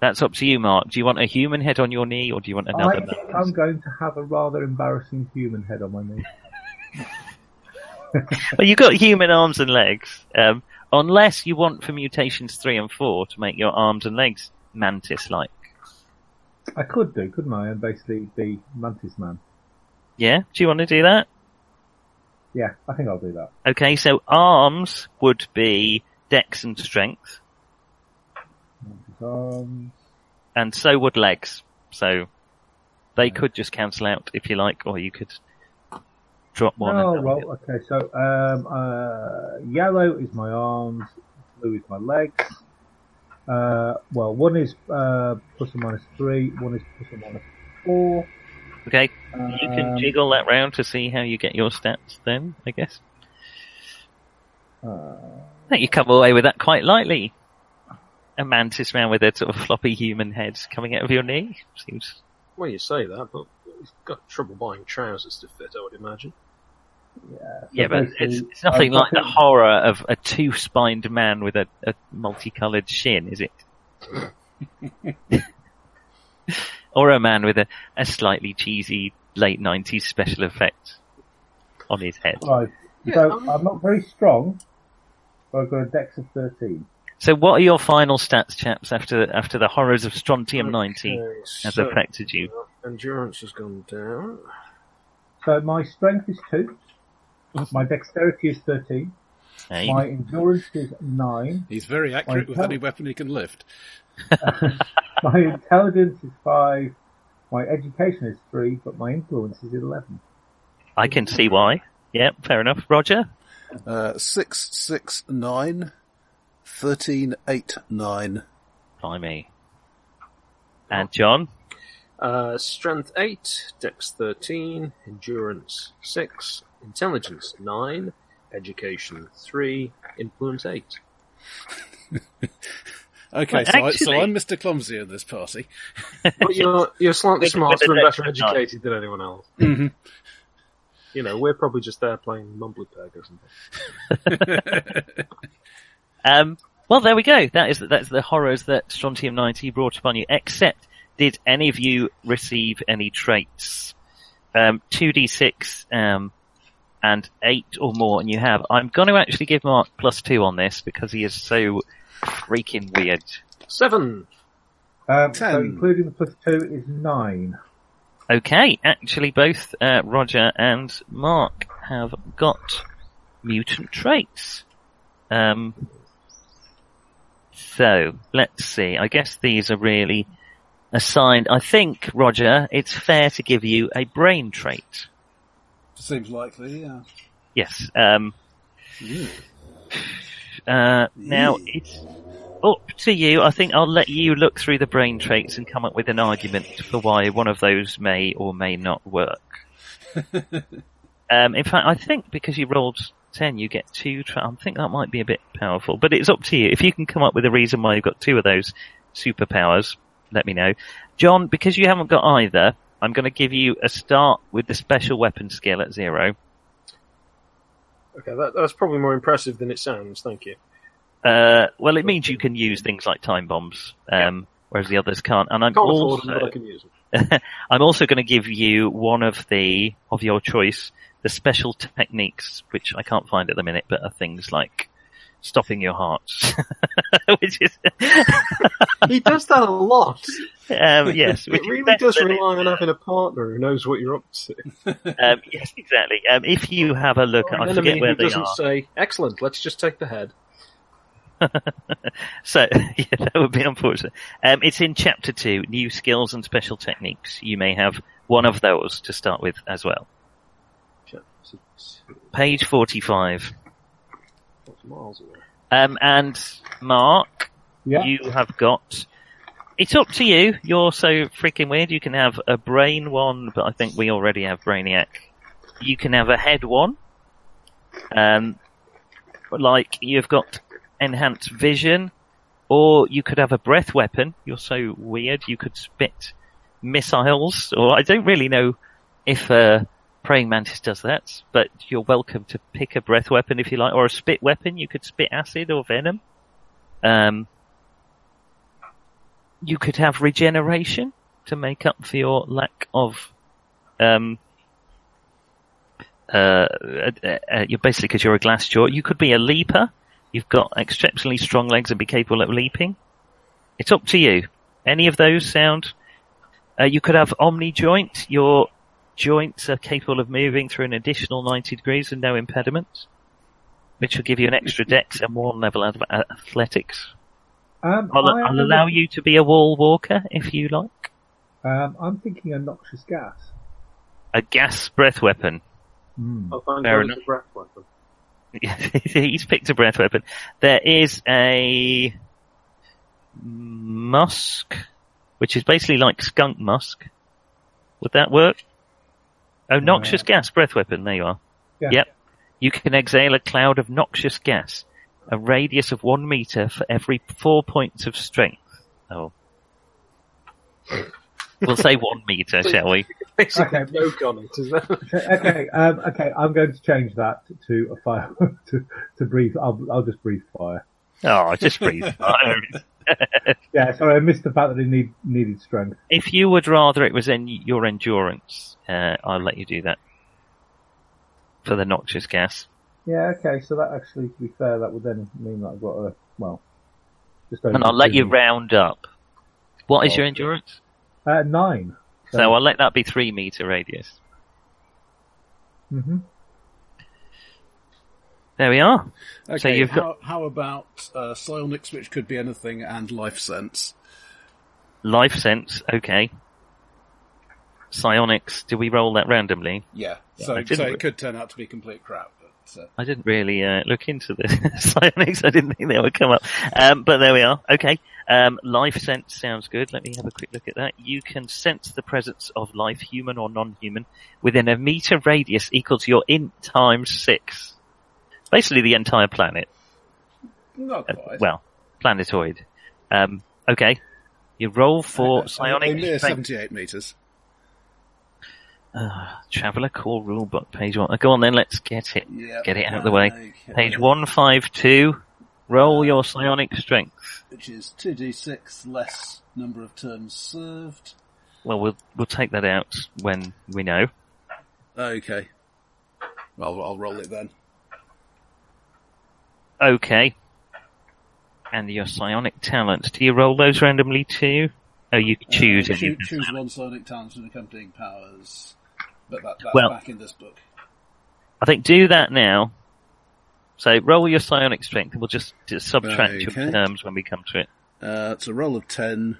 S3: That's up to you, Mark. Do you want a human head on your knee, or do you want
S7: I
S3: another?
S7: think
S3: mantis?
S7: I'm going to have a rather embarrassing human head on my knee.
S3: Well, you've got human arms and legs, um, unless you want for mutations three and four to make your arms and legs mantis-like.
S7: I could do, couldn't I? And basically be mantis man.
S3: Yeah, do you want to do that?
S7: Yeah, I think I'll do that.
S3: Okay, so arms would be dex and strength,
S7: Um,
S3: and so would legs. So they could just cancel out if you like, or you could drop one.
S7: oh,
S3: and-
S7: well, okay. So, um, uh, yellow is my arms, blue is my legs. Uh, well, one is uh, plus or minus three, one is plus or minus four.
S3: Okay, you can
S7: Um,
S3: jiggle that round to see how you get your stats. Then I guess
S7: Uh,
S3: I think you come away with that quite lightly. A mantis man with a sort of floppy human head coming out of your knee seems
S5: Well, you say that, but he's got trouble buying trousers to fit, I would imagine.
S7: yeah, so
S3: Yeah, but
S7: basically,
S3: it's, it's nothing
S7: I've
S3: like the
S7: got-
S3: horror of a two-spined man with a, a multicolored shin, is it? or a man with a, a slightly cheesy late 90s special effect on his head.
S7: Right.
S5: Yeah,
S7: so
S5: I'm-
S7: I'm not very strong, but I've got a dex of 13.
S3: So what are your final stats, chaps, after after the horrors of Strontium 90
S5: Okay,
S3: has
S5: so,
S3: affected you?
S5: uh, Endurance has gone down.
S7: So my strength is 2, my dexterity is 13,
S3: eh?
S7: my endurance is 9,
S4: He's very accurate
S7: Like
S4: with
S7: that.
S4: any weapon he can lift.
S7: My intelligence is five. My education is three, but my influence is eleven.
S3: I can see why. Yeah, fair enough. Roger?
S8: Uh, six, six, nine, thirteen, eight, nine.
S3: By me. And John?
S5: Uh, strength 8, Dex 13, Endurance 6, Intelligence 9, Education 3, Influence 8.
S4: Okay,
S3: Well,
S4: so, I, so
S3: actually-
S4: I'm Mr. Clumsy in this party.
S5: But you're you're slightly
S3: With- with
S5: smarter
S3: the
S5: and better
S3: next nine.
S5: educated than anyone else.
S4: Mhm.
S5: You know, we're probably just there playing mumbly peg or something.
S3: Um, well, there we go. That is that's the horrors that Strontium 90 brought upon you. Except, did any of you receive any traits? Um, 2d6 um, and 8 or more, and you have. I'm going to actually give Mark plus 2 on this because he is so freaking weird.
S5: Seven.
S7: Um, so
S4: Ten.
S7: including the plus two is nine.
S3: Okay, actually, both uh, Roger and Mark have got mutant traits. Um, so let's see. I guess these are really assigned. I think, Roger, it's fair to give you a brain trait.
S4: Seems likely, yeah.
S3: Yes. Um, uh, now it's up to you. I think I'll let you look through the brain traits and come up with an argument for why one of those may or may not work. um, in fact, I think because you rolled ten, you get two. Tra- I think that might be a bit powerful, but it's up to you. If you can come up with a reason why you've got two of those superpowers, let me know. John, because you haven't got either, I'm going to give you a start with the special weapon skill at zero.
S5: Okay, that, that's probably more impressive than it sounds. Thank you.
S3: Uh, well, it means you can use things like time bombs, um, whereas the others can't. And I'm
S5: Can't afford them, but I
S3: also,
S5: can use them.
S3: I'm also going to give you one of the of your choice, the special techniques, which I can't find at the minute, but are things like stopping your heart, which is
S5: He does that a lot.
S3: um, yes, which
S5: It
S3: is
S5: really
S3: better
S5: does
S3: than it-
S5: rely on having a partner who knows what you're up to.
S3: Um, yes, exactly. Um, if you have a look,
S5: Or
S3: I
S5: an
S3: forget
S5: enemy
S3: where
S5: who
S3: they
S5: doesn't
S3: are.
S5: say, "Excellent, let's just take the head."
S3: So yeah, that would be unfortunate. Um, it's in chapter two, new skills and special techniques. You may have one of those to start with as well. Page forty-five.
S5: What's miles away?
S3: Um, and Mark,
S7: Yeah.
S3: you have got. It's up to you. You're so freaking weird. You can have a brain one, but I think we already have Brainiac. You can have a head one. Um, like you've got enhanced vision, or you could have a breath weapon. You're so weird. You could spit missiles, or I don't really know if uh, praying mantis does that, but you're welcome to pick a breath weapon if you like, or a spit weapon. You could spit acid or venom. Um, you could have regeneration to make up for your lack of, um, uh, uh, uh, you're basically because you're a glass jaw. You could be a leaper. You've got exceptionally strong legs and be capable of leaping. It's up to you. Any of those sound? Uh, you could have omni joint. Your joints are capable of moving through an additional 90 degrees and no impediments, which will give you an extra dex and one level of a- athletics.
S7: Um,
S3: I'll,
S7: I am
S3: I'll allow you to be a wall walker if you like.
S7: Um, I'm thinking a noxious gas.
S3: A gas breath weapon.
S7: Hmm.
S5: I'll find
S3: Fair
S5: out
S3: enough.
S5: the breath weapon.
S3: He's picked a breath weapon. There is a musk, which is basically like skunk musk. Would that work? Oh, noxious gas breath weapon. There you are.
S7: Yeah.
S3: Yep. You can exhale a cloud of noxious gas, a radius of one meter for every four points of strength. Oh. we'll say one meter, shall we?
S5: Basically,
S7: Okay.
S5: joke on it. Is that?
S7: okay, um, okay, I'm going to change that to a fire to, to breathe. I'll, I'll just breathe fire.
S3: Oh, just breathe.
S7: Yeah, sorry, I missed the fact that it need, needed strength.
S3: If you would rather it was in your endurance, uh, I'll let you do that. For the noxious gas.
S7: Yeah, okay, so that actually, to be fair, that would then mean that I've got a well, just over
S3: And I'll let
S7: two.
S3: you round up. What is your endurance?
S7: uh, nine.
S3: So I'll let that be three meter radius.
S7: Mm-hmm.
S3: There we are.
S4: Okay,
S3: So you've
S4: how, how about uh, psionics, which could be anything, and life sense?
S3: Life sense, okay. Psionics, do we roll that randomly?
S4: Yeah,
S3: I
S4: so,
S3: didn't
S4: so
S3: re-
S4: it could turn out to be complete crap. But, uh,
S3: I didn't really uh, look into the psionics. I didn't think they would come up. Um, but there we are. Okay. Um, life sense sounds good. Let me have a quick look at that. You can sense the presence of life, human or non-human, within a meter radius equal to your int times six. Basically the entire planet.
S4: not
S3: Uh,
S4: quite.
S3: Well, planetoid. Um, okay. You roll
S4: Uh,
S3: for
S4: Only
S3: psionic.
S4: near
S3: strength.
S4: 78 metres.
S3: Traveller Core Rulebook, page one. Go on then, let's get it.
S8: Yep.
S3: Get it out of the way.
S8: Okay.
S3: Page 152. Roll your psionic strength.
S8: Which is 2d6 less number of turns served.
S3: Well, we'll, we'll take that out when we know.
S8: Okay. Well, I'll roll it then.
S3: Okay. And your psionic talents. Do you roll those randomly too? Oh, you can choose.
S8: Uh,
S3: any
S8: choo-
S3: of them.
S8: choose one psionic talents and accompanying powers. But that, that's
S3: Well-
S8: back in this book.
S3: I think do that now. So roll your psionic strength and we'll just, just subtract
S4: Okay.
S3: your terms when we come to it.
S4: Uh, it's a roll of 10.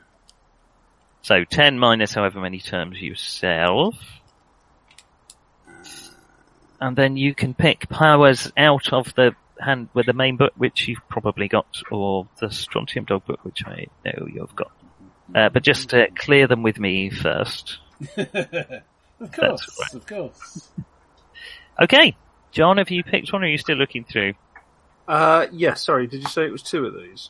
S3: So 10 minus however many terms you sell. And then you can pick powers out of the hand with the main book, which you've probably got, or the Strontium Dog book, which I know you've got. Uh, but just uh, clear them with me first.
S8: Of course, of course.
S3: Okay. John, have you picked one or are you still looking through?
S5: Uh, yeah, sorry, did you say it was two of these?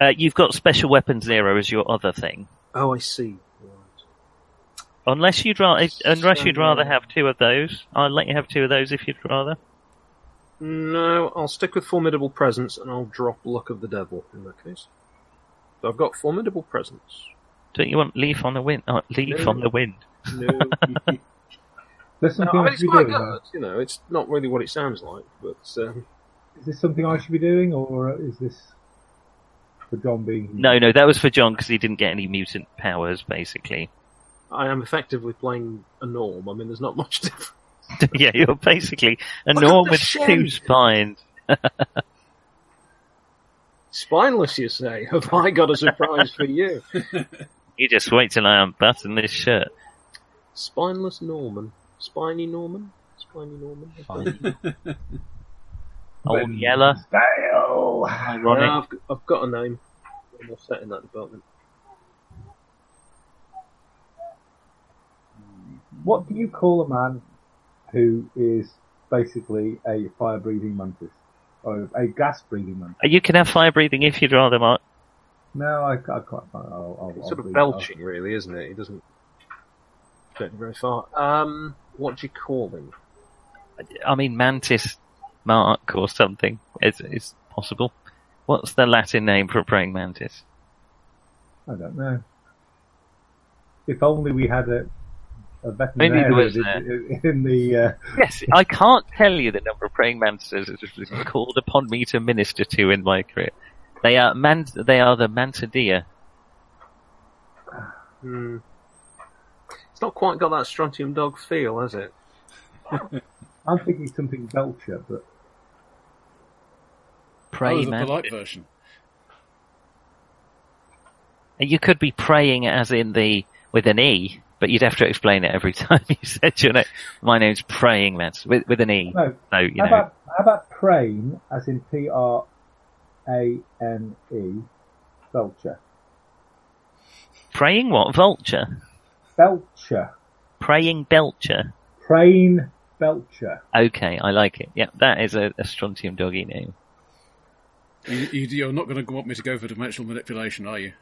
S3: Uh, you've got Special Weapon Zero as your other thing.
S5: Oh, I see. Right.
S3: Unless you'd rather, unless you'd
S5: So-
S3: rather have two of those, I'll let you have two of those if you'd rather.
S5: No, I'll stick with Formidable Presence and I'll drop Luck of the Devil in that case. So I've got Formidable Presence.
S3: Don't you want Leaf on the Wind? Oh, leaf
S5: No.
S3: on the Wind.
S5: No. no
S7: There's
S5: I
S7: something
S5: mean,
S7: I
S5: it's
S7: should be
S5: quite
S7: doing.
S5: good.
S7: now.
S5: You know, it's not really what it sounds like, but um,
S7: Is this something I should be doing, or is this for John being?
S3: No, no, that was for John because he didn't get any mutant powers, basically.
S5: I am effectively playing a norm. I mean, there's not much difference.
S3: yeah, you're basically a
S5: Look at
S3: norm
S5: the
S3: with
S5: shed.
S3: two spines.
S5: Spineless, you say? Have I got a surprise for you?
S3: You just wait till I unbutton this shirt.
S5: Spineless Norman. Spiny Norman? Spiny Norman?
S3: Old Yeller,
S7: Fail.
S3: ironic.
S5: Uh, I've, I've got a name. I'm all set in that department.
S7: What do you call a man who is basically a fire-breathing mantis or a gas-breathing mantis?
S3: uh, You can have fire breathing if you'd rather, Mark.
S7: No, I, I can't. I'll, I'll,
S5: It's
S7: I'll
S5: sort of
S7: leave-
S5: belching, really, isn't it? It doesn't go very far. Um, what do you call him?
S3: I mean, Mantis Mark or something is, is possible. What's the Latin name for a praying mantis?
S7: I'll- I don't know. If only we had a, a
S3: Maybe there
S7: veterinarian
S3: was
S7: in, in the. Uh,
S3: Yes, I can't tell you the number of praying mantises it was called upon me to minister to in my career. They are man, they are the mantidea.
S5: Hmm. It's not quite got that strontium dog feel, has it?
S7: I'm thinking something belcher,
S4: Oh,
S7: but
S3: Praying
S4: the
S3: mantis.
S4: polite version.
S3: You could be praying as in the with an e, but you'd have to explain it every time you said your name. My name's praying mantis with with an e.
S7: no.
S3: So you
S7: how
S3: know,
S7: about how about prane, as in P R A N E, belcher,
S3: praying what vulture,
S7: belcher,
S3: praying belcher.
S7: prane, belcher.
S3: Okay, I like it. Yeah, that is a, a strontium doggy name.
S4: You, you, you're not going to want me to go for dimensional manipulation, are you?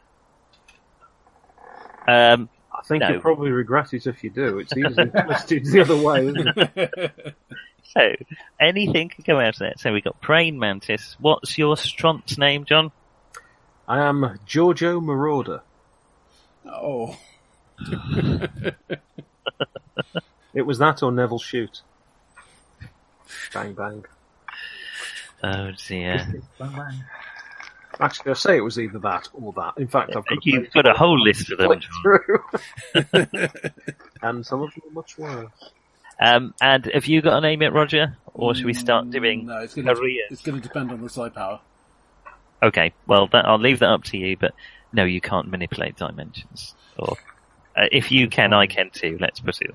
S3: Um,
S5: I think
S3: No.
S5: you'll probably regret it if you do. It's easily twisted the other way, isn't it?
S3: so anything could go out of that. So we got praying mantis. What's your stront's name, John?
S5: I am Giorgio Marauder.
S4: Oh.
S5: It was that or Neville Shoot. Bang, bang.
S3: Oh dear.
S5: Actually, I say it was either that or that. In fact, I've got a
S3: You've got a whole list of them.
S5: click through. and some of them are much worse.
S3: Um, and have you got a name yet, Roger? Or should we start doing
S4: Mm, No, it's going to,
S3: careers?
S4: it's going to depend on the psi power.
S3: Okay, well, that, I'll leave that up to you, but no, you can't manipulate dimensions. Or uh, if you can, I can too. Let's put it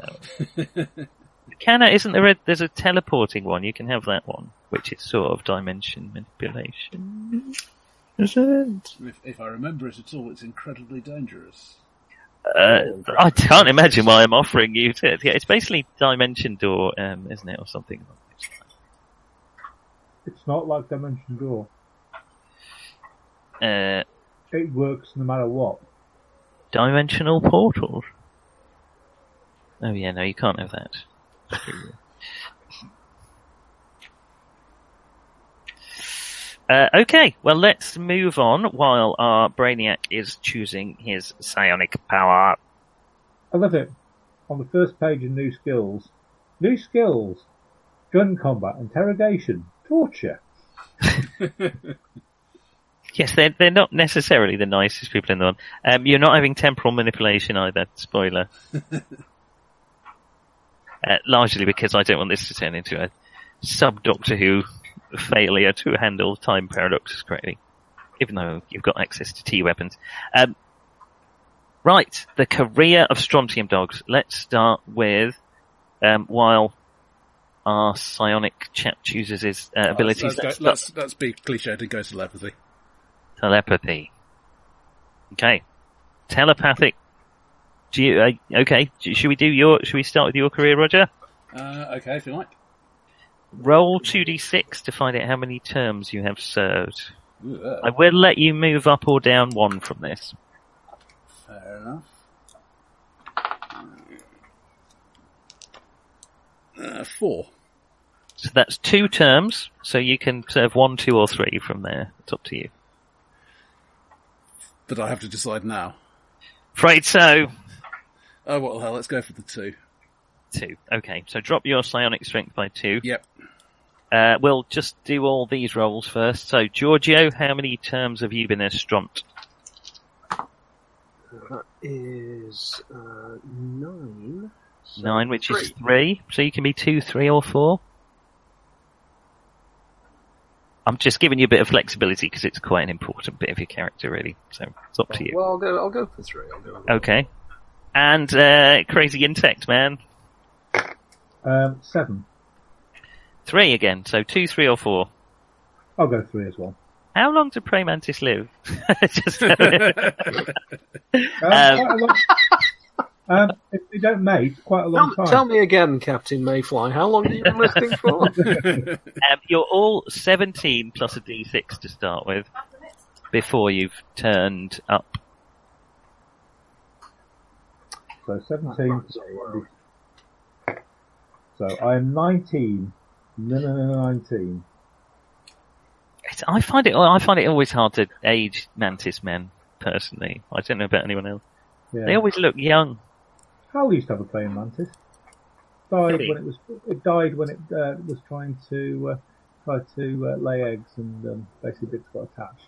S3: that way. can I? Isn't there a? There's a teleporting one. You can have that one, which is sort of dimension manipulation. Is it?
S4: If, if I remember it at all, it's incredibly dangerous.
S3: Uh, I can't imagine why I'm offering you to. Yeah, it's basically dimension door, um, isn't it, or something?
S7: It's not like Dimension Door.
S3: Uh,
S7: it works no matter what.
S3: Dimensional portals. Oh yeah, no, you can't have that. Uh, okay, well, let's move on while our Brainiac is choosing his psionic power.
S7: I love it. On the first page of new skills, new skills, gun combat, interrogation, torture.
S3: Yes, they're, they're not necessarily the nicest people in the world. Um, you're not having temporal manipulation either, spoiler. uh, largely because I don't want this to turn into a sub Doctor Who failure to handle time paradoxes correctly, even though you've got access to T weapons. Um, right, the career of Strontium Dogs. Let's start with, um, while our psionic chap chooses his uh, abilities.
S4: Let's,
S3: let's
S4: go,
S3: start-
S4: let's, let's be cliched and go telepathy.
S3: Telepathy. Okay. Telepathic. Do you, uh, okay. Sh- Should we do your, should we start with your career, Roger?
S8: Uh, okay, if you like.
S3: Roll 2d6 to find out how many terms you have served.
S8: Ugh,
S3: I will let you move up or down one from this.
S8: fair enough. Uh, four.
S3: So that's two terms, so you can serve one, two, or three from there. It's up to you.
S8: But I have to decide now.
S3: Afraid so.
S8: Oh, what the hell? Let's go for the two.
S3: Two. Okay, so drop your psionic strength by two.
S8: Yep.
S3: Uh, we'll just do all these rolls first. So, Giorgio, how many terms have you been a strunt?
S5: That is uh, nine. So
S3: Nine, which is
S5: three.
S3: three. So you can be two, three, or four. I'm just giving you a bit of flexibility because it's quite an important bit of your character, really. So it's up to you.
S5: Well, I'll go. I'll go for three. I'll go. for
S3: Okay. And uh, crazy insect man,
S7: Um, seven.
S3: three again. So two, three, or four.
S7: I'll go three as well.
S3: How long did praying mantis live? Just- uh,
S7: Um,
S3: Um,
S7: quite a long- um, if they don't mate, quite a long
S5: Tell,
S7: time.
S5: tell me again, Captain Mayfly. How long have you been listening for?
S3: um, you're all 17 plus a d6 to start with before you've turned up.
S7: So 17. So I am 19. No, no, no, no, 19.
S3: It's, I find it I find it always hard to age mantis men personally. I don't know about anyone else.
S7: Yeah.
S3: They always look young.
S7: Hal used to have a playing mantis. Died
S3: Really?
S7: when it was it died when it uh, was trying to uh, try to uh, lay eggs and um, basically bits got attached.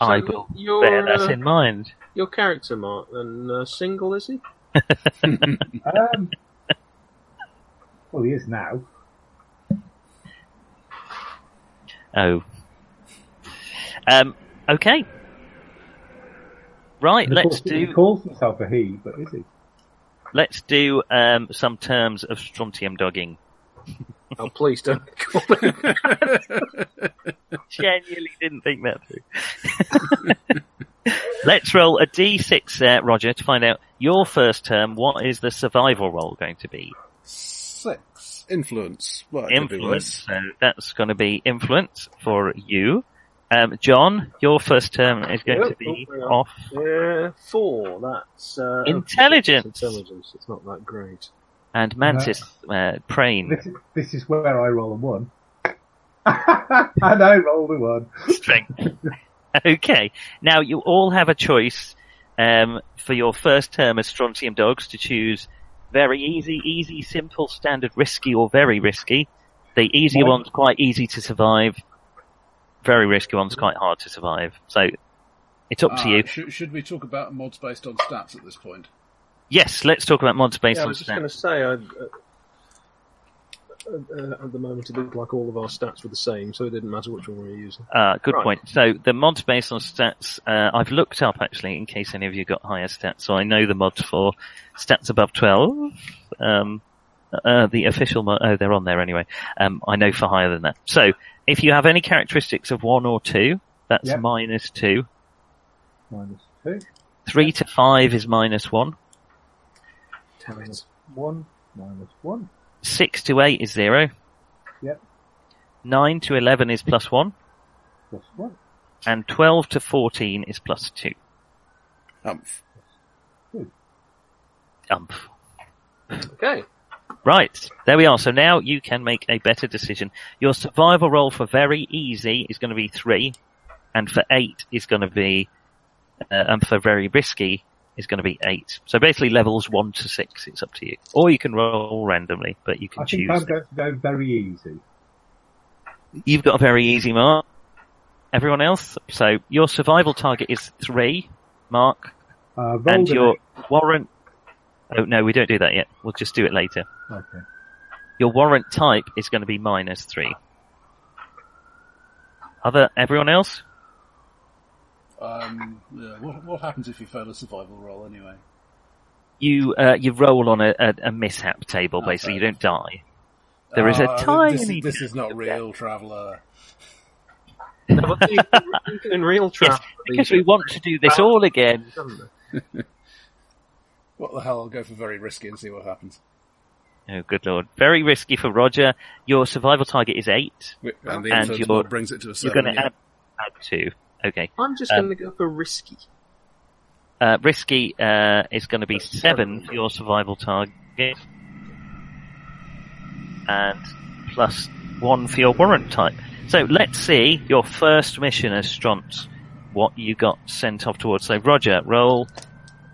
S3: I
S5: So
S3: will
S5: your,
S3: bear
S5: uh,
S3: that in mind.
S5: Your character, Mark, then uh, single is he?
S7: Um, well, he is now.
S3: Oh. Um, okay. Right,
S7: And of
S3: let's
S7: course, He
S3: do
S7: calls himself a he, but is he?
S3: let's do um, some terms of strontium dogging.
S5: Oh, please don't call him.
S3: Genuinely didn't think that through. let's roll a d6, uh, Roger, to find out your first term. What is the survival roll going to be?
S4: Six. Influence. Well, it could be
S3: influence.
S4: worse.
S3: So that's going to be influence for you. Um, John, your first term is going
S5: Oh,
S3: to be
S5: oh, hang on.
S3: off.
S5: Uh, four. That's uh,
S3: Intelligence.
S5: It's intelligence. It's not that great.
S3: And Mantis,
S5: Uh-huh.
S3: uh, Prane,
S7: This is this is where I roll a one. and I roll a one.
S3: strength. okay. Now you all have a choice, um, for your first term as Strontium Dogs to choose very easy, easy, simple, standard, risky, or very risky. The easy
S7: Mine-
S3: one's quite easy to survive. Very risky
S5: Mm-hmm.
S3: one's quite hard to survive. So, it's up
S8: Ah,
S3: to you.
S8: Should, should we talk about mods based on stats at this point?
S3: Yes, let's talk about mods based
S5: yeah, I
S3: on
S5: was just
S3: stats.
S5: going to say, I, uh, uh, at the moment, it looked like all of our stats were the same, so it didn't matter which one we were using.
S3: Uh, good
S5: Right.
S3: point. So the mods based on stats, uh, I've looked up actually in case any of you got higher stats. So I know the mods for stats above 12. Um, uh, the official mod, oh, they're on there anyway. Um, I know for higher than that. So if you have any characteristics of one or two, that's
S7: Yep.
S3: minus two.
S7: Minus two.
S3: Three to five is minus one.
S5: Damn it.
S7: One. Minus one.
S3: Six to eight is zero.
S7: Yep.
S3: Nine to eleven is plus one.
S7: Plus one.
S3: and 12 to 14 is plus 2. Um,
S4: Umph.
S3: Umph.
S5: Okay.
S3: Right, there we are. So now you can make a better decision. Your survival roll for very easy is going to be three, and for eight is going to be, uh, and for very risky is going to be eight. So basically levels one to six, it's up to you. Or you can roll randomly, but you can
S7: I
S3: choose.
S7: think I'm going to go very easy.
S3: You've got a very easy mark. Everyone else? So your survival target is three, Mark,
S7: Uh, roll
S3: and
S7: the
S3: your warrant. Oh no, we don't do that yet. We'll just do it later.
S7: next- okay.
S3: Your warrant type is going to be minus three. Other everyone else?
S8: Um, yeah, what, what happens if you fail a survival roll anyway?
S3: You uh, you roll on a, a, a mishap table.
S8: Oh,
S3: basically, you
S8: fair
S3: don't die. There is a
S8: Ah, this-
S3: tiny-
S8: This, is not real, traveller.
S5: Now, I think we're doing real
S3: Yes,
S5: trap.
S3: because we want to do this all again.
S8: What the hell? I'll go for very risky and see what happens.
S3: Oh, good lord! Very risky for Roger. Your survival target is eight.
S8: Wi- And the
S3: And
S8: influence
S3: you're-
S8: mod brings it to a
S3: You're
S8: seven.
S3: going to
S8: yeah.
S3: add, add two. Okay.
S5: I'm just
S3: Um,
S5: going to go for risky.
S3: Uh, risky uh, is going to be seven for your survival target, and plus one for your warrant type. So let's see your first mission as Stront, what you got sent off towards. So Roger, roll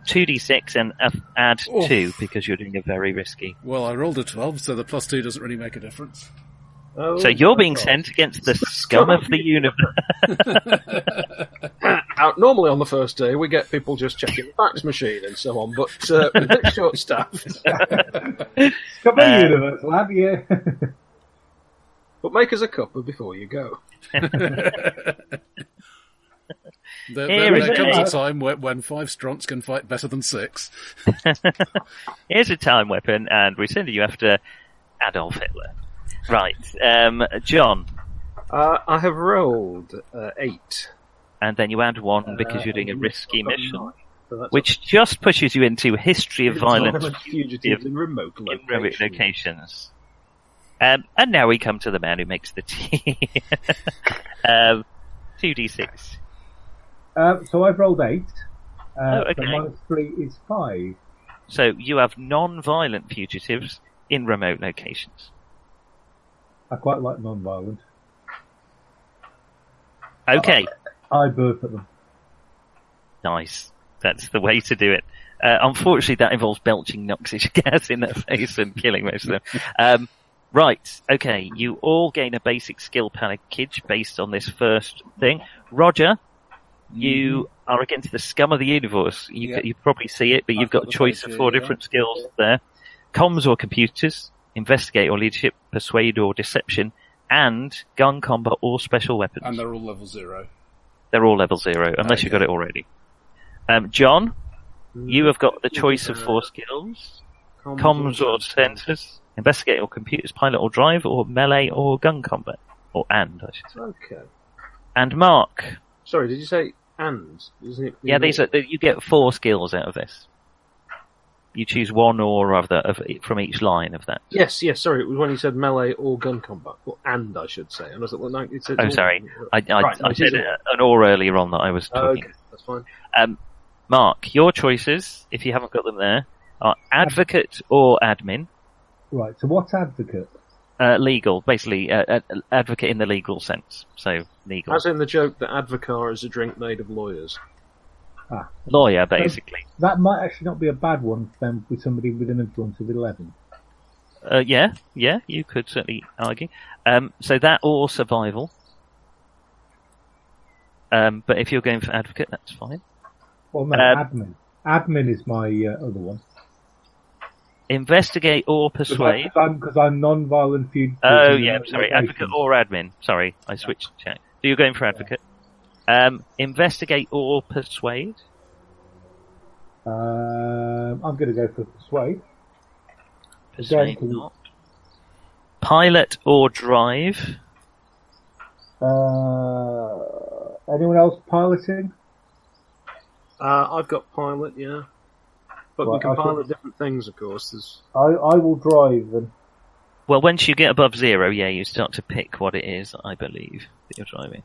S3: two d six and uh, add
S8: Oof.
S3: two because you're doing a very risky.
S8: Well, I rolled a 12, so the plus 2 doesn't really make a difference.
S5: Oh,
S3: So you're
S5: my
S3: being
S5: God.
S3: sent against the scum of the universe.
S5: Out, normally on the first day, we get people just checking the fax machine and so on, but uh, we're a bit short-staffed.
S7: Come on,
S3: Uh,
S7: universe, lad, yeah.
S5: But make us a cuppa before you go.
S8: There,
S3: Here
S8: there,
S3: is
S8: there comes
S3: it.
S8: a time where, when five stronts can fight better than six.
S3: Here's a time weapon, and we send you after Adolf Hitler. Right, um, John.
S5: Uh, I have rolled uh, eight.
S3: and then you add one because you're doing a
S5: Uh,
S3: risky
S5: I've got
S3: mission,
S5: nine. So that's
S3: which just pushes you into history of violence
S5: fugitives in remote
S3: in
S5: locations.
S3: remote locations. Um, and now we come to the man who makes the tea. um, 2d6.
S7: Uh, so I've rolled eight. Uh,
S3: Oh, okay.
S7: So minus three is five.
S3: So you have non-violent fugitives in remote locations.
S7: I quite like non-violent.
S3: Okay,
S7: I burp at them.
S3: nice. That's the way to do it. Uh, unfortunately, that involves belching noxious gas in their face and killing most of them. Um, right, okay. You all gain a basic skill package based on this first thing. Roger, you are against the scum of the universe. You,
S8: Mm-hmm. Yeah.
S3: you probably see it, but
S8: I've
S3: you've got,
S8: got
S3: a
S8: the
S3: choice
S8: face
S3: of
S8: here,
S3: four
S8: yeah.
S3: different skills there. Comms or computers, investigate or leadership, persuade or deception, and gun combat or special weapons.
S8: And they're all level zero.
S3: They're all level zero, unless you've got it already. Um, John, you have got the choice of four skills. Comms or sensors, investigate or computers, pilot or drive, or melee or gun combat. Or and, I should say.
S5: Okay.
S3: And Mark,
S5: Sorry, did you say and? Isn't it
S3: yeah, these are, you get four skills out of this. You choose one or other of, from each line of that.
S5: Yes, yes. Sorry, it was when you said melee or gun combat. Well, and I should say. And I was like, well, no, it's, it's
S3: Oh,
S5: all-
S3: sorry. I, I,
S5: Right,
S3: I
S5: it
S3: said
S5: is all-
S3: an or earlier on that I was
S5: Oh,
S3: talking.
S5: okay, that's fine.
S3: Um, Mark, your choices, if you haven't got them there, are advocate or admin.
S7: Right, so what's advocate?
S3: Uh, legal, basically, uh, ad- advocate in the legal sense. So, legal.
S5: As in the joke that Advocar is a drink made of lawyers.
S3: Lawyer, basically.
S7: That might actually not be a bad one for them with somebody with an influence of 11.
S3: Uh, yeah, yeah, you could certainly argue. Um, so that or survival. Um, but if you're going for advocate, that's fine.
S7: Well, no,
S3: Um,
S7: admin. Admin is my uh, other one.
S3: Investigate or persuade.
S7: Because I'm, 'cause I'm non-violent feud.
S3: Oh yeah, I'm sorry, advocate or admin. Sorry, I switched. Check. So you're going for advocate. Um, investigate or persuade.
S7: Um, I'm going to go for persuade.
S3: Persuade
S7: Persuade.
S3: not. Pilot or drive.
S7: Uh, anyone else piloting?
S5: Uh, I've got pilot, yeah. But we
S7: Right,
S5: can
S7: I
S5: pilot
S7: thought-
S5: different things, of course. There's...
S7: I, I will drive them.
S3: Well, once you get above zero, yeah, you start to pick what it is, I believe, that you're driving.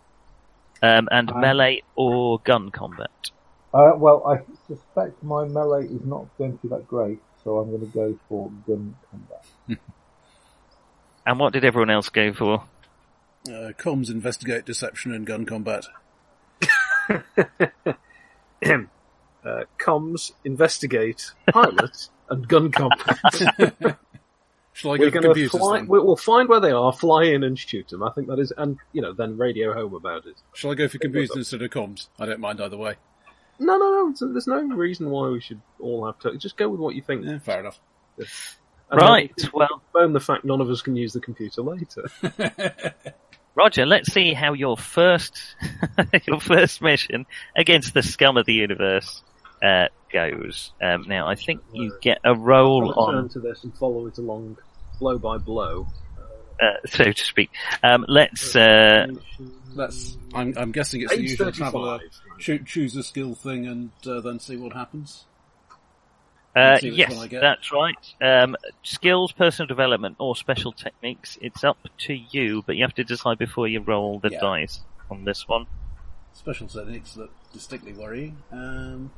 S3: Um, and
S7: Um,
S3: melee or gun combat.
S7: Uh, well, I suspect my melee is not going to be that great, so I'm going to go for gun combat.
S3: And what did everyone else go for?
S4: Uh, comms, investigate, deception, and gun combat.
S5: Uh, comms, investigate, pilot, and gun combat.
S4: Shall I go
S5: We're going to
S4: computers
S5: fly.
S4: then?
S5: we- We'll find where they are, fly in and shoot them. I think that is, and you know, then radio home about it.
S4: Shall I go for computers instead of comms? I don't mind either way.
S5: No, no, no. so There's no reason why we should all have to. Just go with what you think.
S4: Yeah, fair enough.
S5: And
S3: right,
S5: then
S3: well,
S5: Confirm the fact none of us can use the computer later.
S3: Roger, let's see how your first your first mission against the scum of the universe uh, goes. Um, now, I think you get a roll
S5: I'll
S3: on
S5: turn to this and follow it along, blow by blow.
S3: uh, so to speak. Um, let's. Uh,
S4: That's. I'm, I'm guessing it's the
S5: Page
S4: usual traveller.
S5: thirty-five.
S4: Shoot, choose a skill thing and uh, then see what happens.
S3: uh,
S4: Let's see which
S3: yes,
S4: one I get.
S3: that's right. Um, skills, personal development, or special techniques. It's up to you, but you have to decide before you roll the
S4: Yeah.
S3: dice on this one.
S4: Special techniques look distinctly worrying. Um,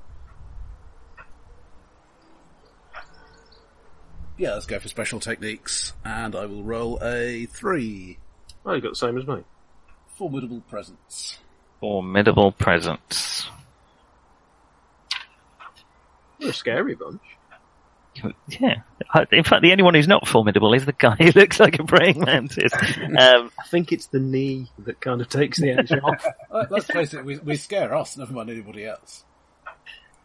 S4: yeah, let's go for special techniques, and I will roll a three.
S5: Oh, you got the same as me.
S4: Formidable presence.
S3: Formidable presence.
S5: You're a scary bunch.
S3: Yeah. I- In fact, the only one who's not formidable is the guy who looks like a praying mantis. Um,
S5: I think it's the knee that kind of takes the edge off.
S4: Uh, let's face it, we, we scare us, never mind anybody else.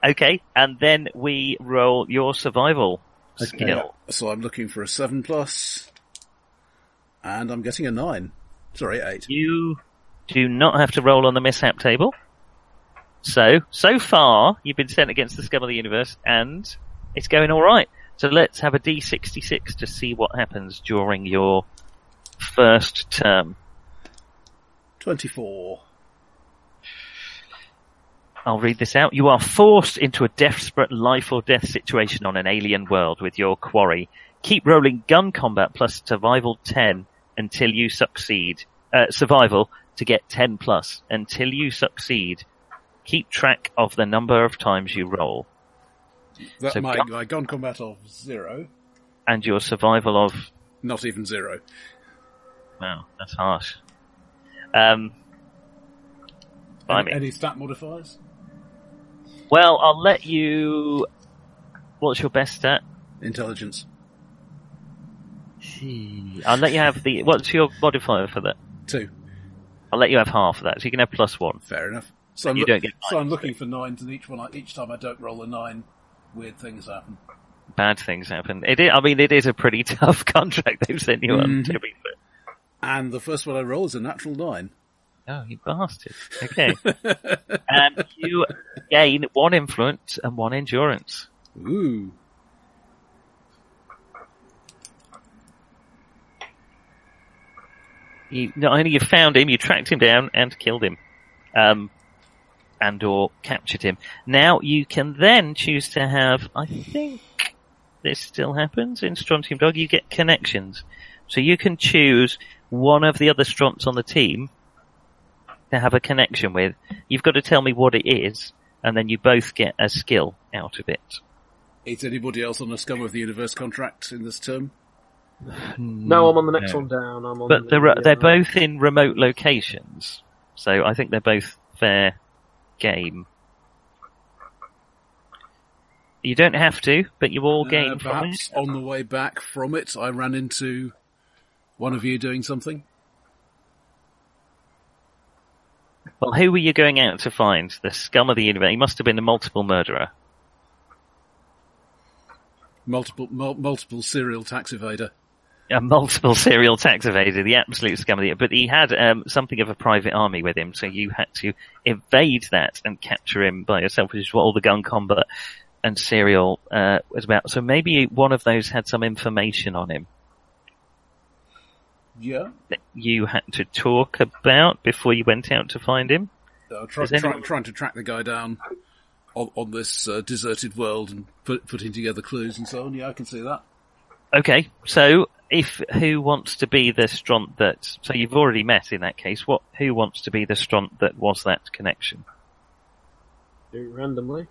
S3: okay, and then we roll your survival skill.
S4: So I'm looking for a seven plus, and I'm getting a nine. Sorry, eight.
S3: You do not have to roll on the mishap table. So, so far, you've been sent against the scum of the universe, and it's going alright. So let's have a D66 to see what happens during your first term.
S4: Twenty-four.
S3: I'll read this out. You are forced into a desperate life or death situation on an alien world with your quarry. Keep rolling gun combat plus survival 10 until you succeed. Uh, survival to get 10 plus until you succeed. Keep track of the number of times you roll
S4: That
S3: So
S4: my,
S3: gun-
S4: my gun combat of zero,
S3: and your survival of,
S4: not even zero.
S3: wow, that's harsh. Um, I
S4: Any,
S3: mean,
S4: any stat modifiers?
S3: well, I'll let you, what's your best stat?
S4: Intelligence.
S3: I'll let you have the, what's your modifier for that?
S4: Two.
S3: I'll let you have half of that, so you can have plus one.
S4: Fair enough. So I'm,
S3: You don't get
S4: so I'm
S3: nines,
S4: looking for nines, and each one, I, each time I don't roll a nine, weird things happen.
S3: Bad things happen. It is, I mean, it is a pretty tough contract they've sent you on, to be fair.
S4: And the first one I roll is a natural nine.
S3: Oh, you bastard. Okay. and you gain one influence and one endurance.
S4: Ooh.
S3: You, not only you found him, you tracked him down and killed him. Um, and or captured him. Now you can then choose to have, I think this still happens in Strontium Dog, you get connections. So you can choose one of the other Stronts on the team to have a connection with. You've got to tell me what it is, and then you both get a skill out of it.
S4: Is anybody else on a Scum of the Universe contract in this term?
S5: No, I'm on the next one down. I'm
S3: Mm,
S5: on.
S3: But
S5: the,
S3: they're, they're
S5: uh,
S3: both in remote locations, so I think they're both fair game. You don't have to, but you all gain
S4: Uh,
S3: from it.
S4: perhaps on the way back from it, I ran into one of you doing something.
S3: Well, who were you going out to find? The scum of the universe. He must have been a multiple murderer.
S4: Multiple, mul- multiple serial tax evader.
S3: A multiple serial tax evader, the absolute scum of the But he had um, something of a private army with him, so you had to evade that and capture him by yourself, which is what all the gun combat and serial uh, was about. So maybe one of those had some information on him.
S4: Yeah.
S3: that you had to talk about before you went out to find him.
S4: Uh, try,
S3: Is
S4: try,
S3: anyone-
S4: Trying to track the guy down on, on this uh, deserted world and put, putting together clues and so on. Yeah, I can see that.
S3: Okay, so if who wants to be the stront that? So you've already met in that case. What? Who wants to be the stront that was that connection?
S5: Do it randomly.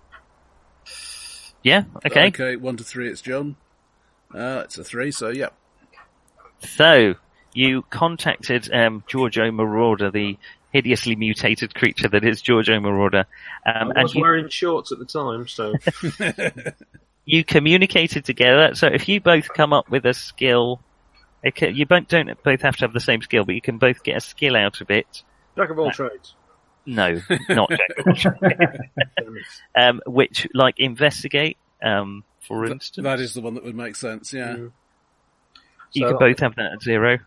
S3: Yeah. Okay.
S4: Okay, one to three, it's John. Uh, it's a three, so yeah.
S3: So you contacted um, Giorgio Marauder, the hideously mutated creature that is Giorgio Marauder, um,
S5: I
S3: and
S5: was
S3: you,
S5: wearing shorts at the time, so
S3: you communicated together. So if you both come up with a skill, it ca- you both don't both have to have the same skill, but you can both get a skill out of it.
S5: jack of all trades.
S3: No, not Jack.
S5: Damn it.
S3: um, which like investigate, um, for
S4: Th-
S3: instance.
S4: that is uh, the one that would make sense, yeah.
S5: Mm.
S3: you
S5: So-
S3: can both have that at zero.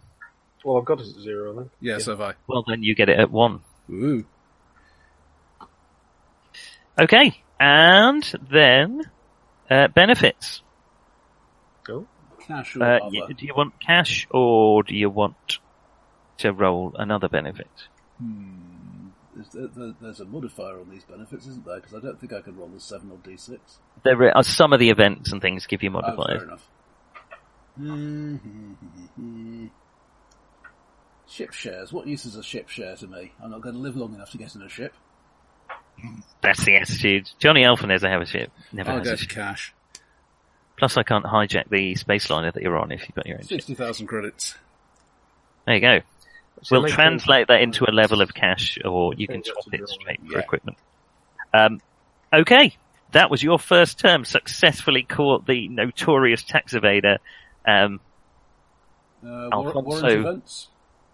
S5: Well, I've got it at zero, I think.
S4: Yes, have I.
S3: Well, then you get it at one.
S4: Ooh.
S3: Okay, and then uh, benefits.
S8: Cash or
S3: Uh,
S8: other.
S3: y- do you want cash or do you want to roll another benefit?
S8: Hmm. There's, there- there- there's a modifier on these benefits, isn't there? Because I don't think I can roll the 7 or d6.
S3: There are uh, some of the events and things give you
S8: Oh, fair
S3: modifiers.
S8: enough. Mm-hmm. Ship shares. What use is a ship share to me? I'm not going to live long enough to get in a ship.
S3: That's the attitude. Johnny Alphanez, I have a ship. Never
S4: I'll
S3: has
S4: go
S3: a
S4: for
S3: ship.
S4: cash.
S3: Plus, I can't hijack the space liner that you're on if you've got your own ship.
S4: 60,000 credits.
S3: There you go.
S5: So
S3: We'll
S5: make
S3: translate
S5: things-
S3: that into a level of cash, or you can
S5: Change that
S3: swap
S5: to
S3: it
S5: draw.
S3: straight for
S4: Yeah.
S3: equipment. Um, okay, that was your first term. Successfully caught the notorious tax evader um,
S8: Uh,
S3: Alfonso.
S8: war- warrant events?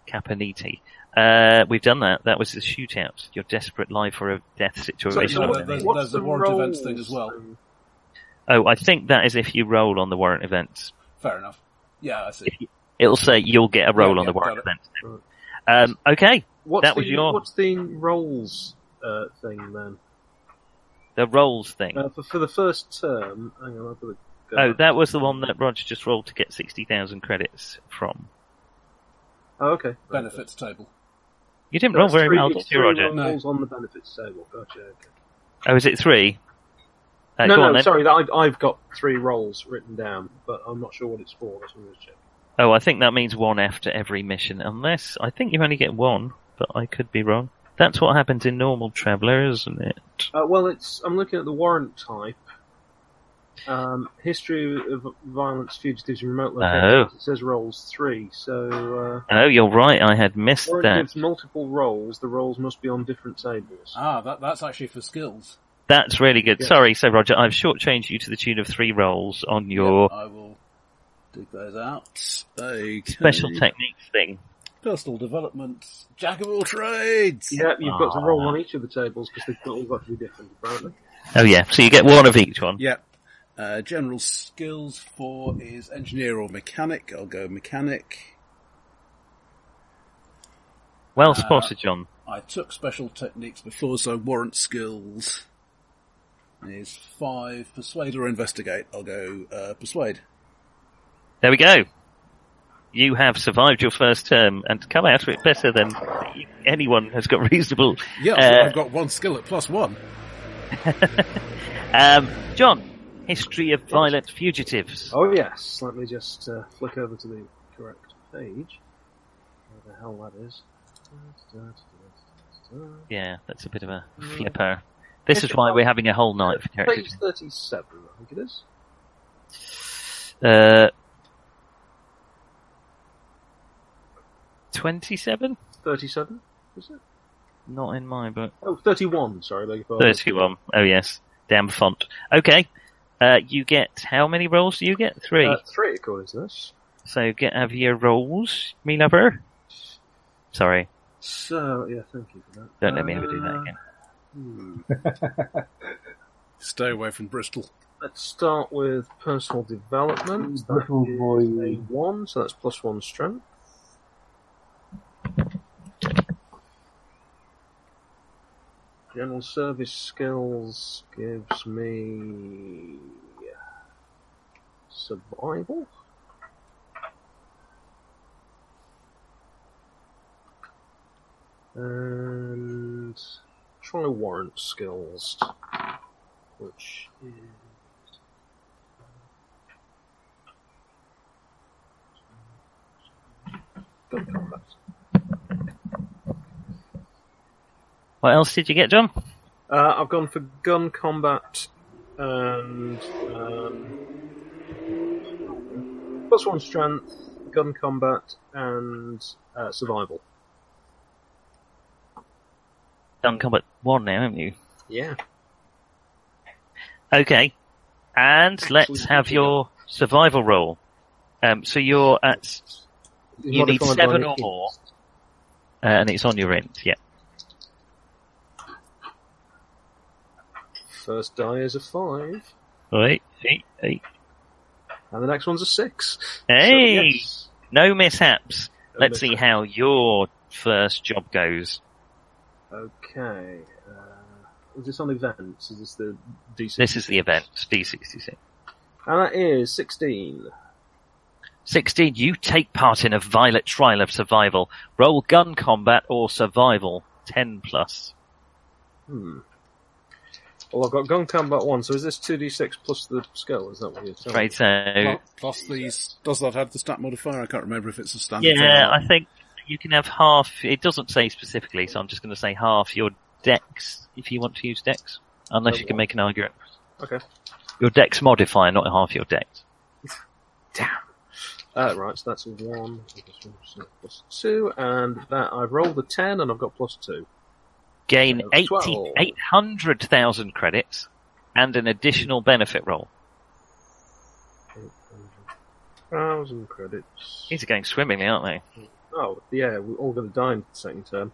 S3: Caponiti. Uh, we've done that. That was the shootout. Your desperate life for a death
S5: So,
S3: situation.
S8: no,
S5: what-
S8: that- that's-
S5: what's
S8: that's
S5: the
S8: the warrant events
S5: roles?
S8: thing as well.
S5: Um,
S3: oh, I think that is if you roll on the warrant events.
S8: Fair enough. Yeah, I see.
S3: It'll say you'll get a roll
S8: Yeah,
S3: on the
S8: yeah,
S3: warrant
S8: got
S3: events. Um, okay,
S5: What's
S3: That
S5: the,
S3: was your-
S5: What's the roles uh, thing then?
S3: the rolls thing.
S5: Uh, for, for the first term, hang on, I've got to go.
S3: Oh, that was the one that Roger just rolled to get 60,000 credits from.
S5: Oh, okay.
S8: Benefits table.
S3: You didn't
S5: So
S3: roll
S5: that's
S3: very
S5: three,
S3: well,
S5: it's
S3: did you,
S5: three
S3: Roger?
S5: roles on the benefits table. Gotcha. Okay.
S3: Oh, is it three? Uh,
S5: no,
S3: go
S5: no,
S3: on then.
S5: sorry, that I, I've got three roles written down, but I'm not sure what it's for. That's what I'm going to check.
S3: Oh, I think that means one after every mission, unless I think you only get one, but I could be wrong. That's what happens in normal Traveller, isn't it?
S5: Uh, well, it's I'm looking at the warrant type. Um, history of violence, fugitives, and remote locations. It says roles three, so
S3: Oh, you're right. I had missed
S5: uh, warrant
S3: that.
S5: gives multiple roles. The roles must be on different tables.
S8: Ah, that, that's actually for skills.
S3: That's really good.
S5: Yeah.
S3: Sorry, so Roger, I've shortchanged you to the tune of three rolls on your
S8: I will dig those out.
S4: Okay.
S3: special techniques thing.
S8: Personal development.
S4: Jack of all trades!
S5: Yeah, you've got to roll on each of the tables because they've all got to be different, apparently.
S3: Oh yeah, so you get one of each one.
S4: Yep. Uh, general skills four is engineer or mechanic. I'll go mechanic.
S3: Well spotted, John.
S8: I took special techniques before, so warrant skills is five. Persuade or investigate. I'll go uh, persuade.
S3: There we go. You have survived your first term and come out of it better than anyone has got reasonable.
S4: Yeah,
S3: uh,
S4: I've got one skill at plus one.
S3: Um, John, history of violent fugitives.
S5: Oh yes, let me just uh, flick over to the correct page. Where the hell that is?
S3: Yeah, that's a bit of a flipper. This is why we're having a whole night for character.
S5: Page thirty-seven, I think it is.
S3: Uh, twenty-seven?
S5: Thirty-seven, is it?
S3: Not in my book.
S5: Oh, 31, Sorry, beg your pardon.
S3: Thirty-one. Oh yes, damn font. Okay. Uh, you get how many rolls do you get? Three.
S5: Uh, three, according to this.
S3: so get have your rolls, me lover. Sorry,
S5: So yeah, thank you for that. Uh,
S3: don't let me ever do that again.
S5: Hmm.
S4: Stay away from Bristol.
S5: Let's start with personal development. That
S7: Little
S5: is
S7: boy.
S5: a one, so that's plus one strength. General service skills gives me survival. And try warrant skills, which is Gun combat.
S3: What else did you get, John?
S5: Uh, I've gone for gun combat and um, plus one strength, gun combat, and uh, survival.
S3: Done combat one now, haven't you?
S5: Yeah.
S3: Okay. And let's
S5: Actually,
S3: have your survival roll. Um, so you're at, you need
S5: Modified by
S3: seven
S5: the
S3: or
S5: key.
S3: more, uh, and it's on your end, yeah.
S5: First die is a five,
S3: Right. Hey, hey.
S5: and the next one's a six.
S3: Hey!
S5: So, yes.
S3: No mishaps.
S5: No
S3: Let's see
S5: mishaps.
S3: how your first job goes.
S5: Okay. Uh, is this on events? Is this the DC?
S3: This is the event, D66.
S5: And that is 16.
S3: 16, you take part in a violent trial of survival. Roll gun combat or survival, 10 plus.
S5: Hmm. Well, I've got gun combat one, so is this 2d6 plus the skill? Is that what you're saying?
S3: Right, so,
S4: Plus- Plus these, does that have the stat modifier? I can't remember if it's a standard. thing or
S3: yeah,
S4: not.
S3: I think you can have half, it doesn't say specifically, so I'm just gonna say half your dex, if you want to use dex. Unless you can make an argument.
S5: Okay.
S3: Your dex modifier, not half your dex.
S5: Uh, right, so that's a one, so plus two, and that I've rolled a 10 and I've got plus two.
S3: Gain
S5: Uh,
S3: 80,
S5: 12.
S3: 800,000 credits and an additional benefit roll.
S5: 1,000 credits.
S3: These are going swimmingly, aren't they?
S5: Oh, yeah, we're all going to die in the second term.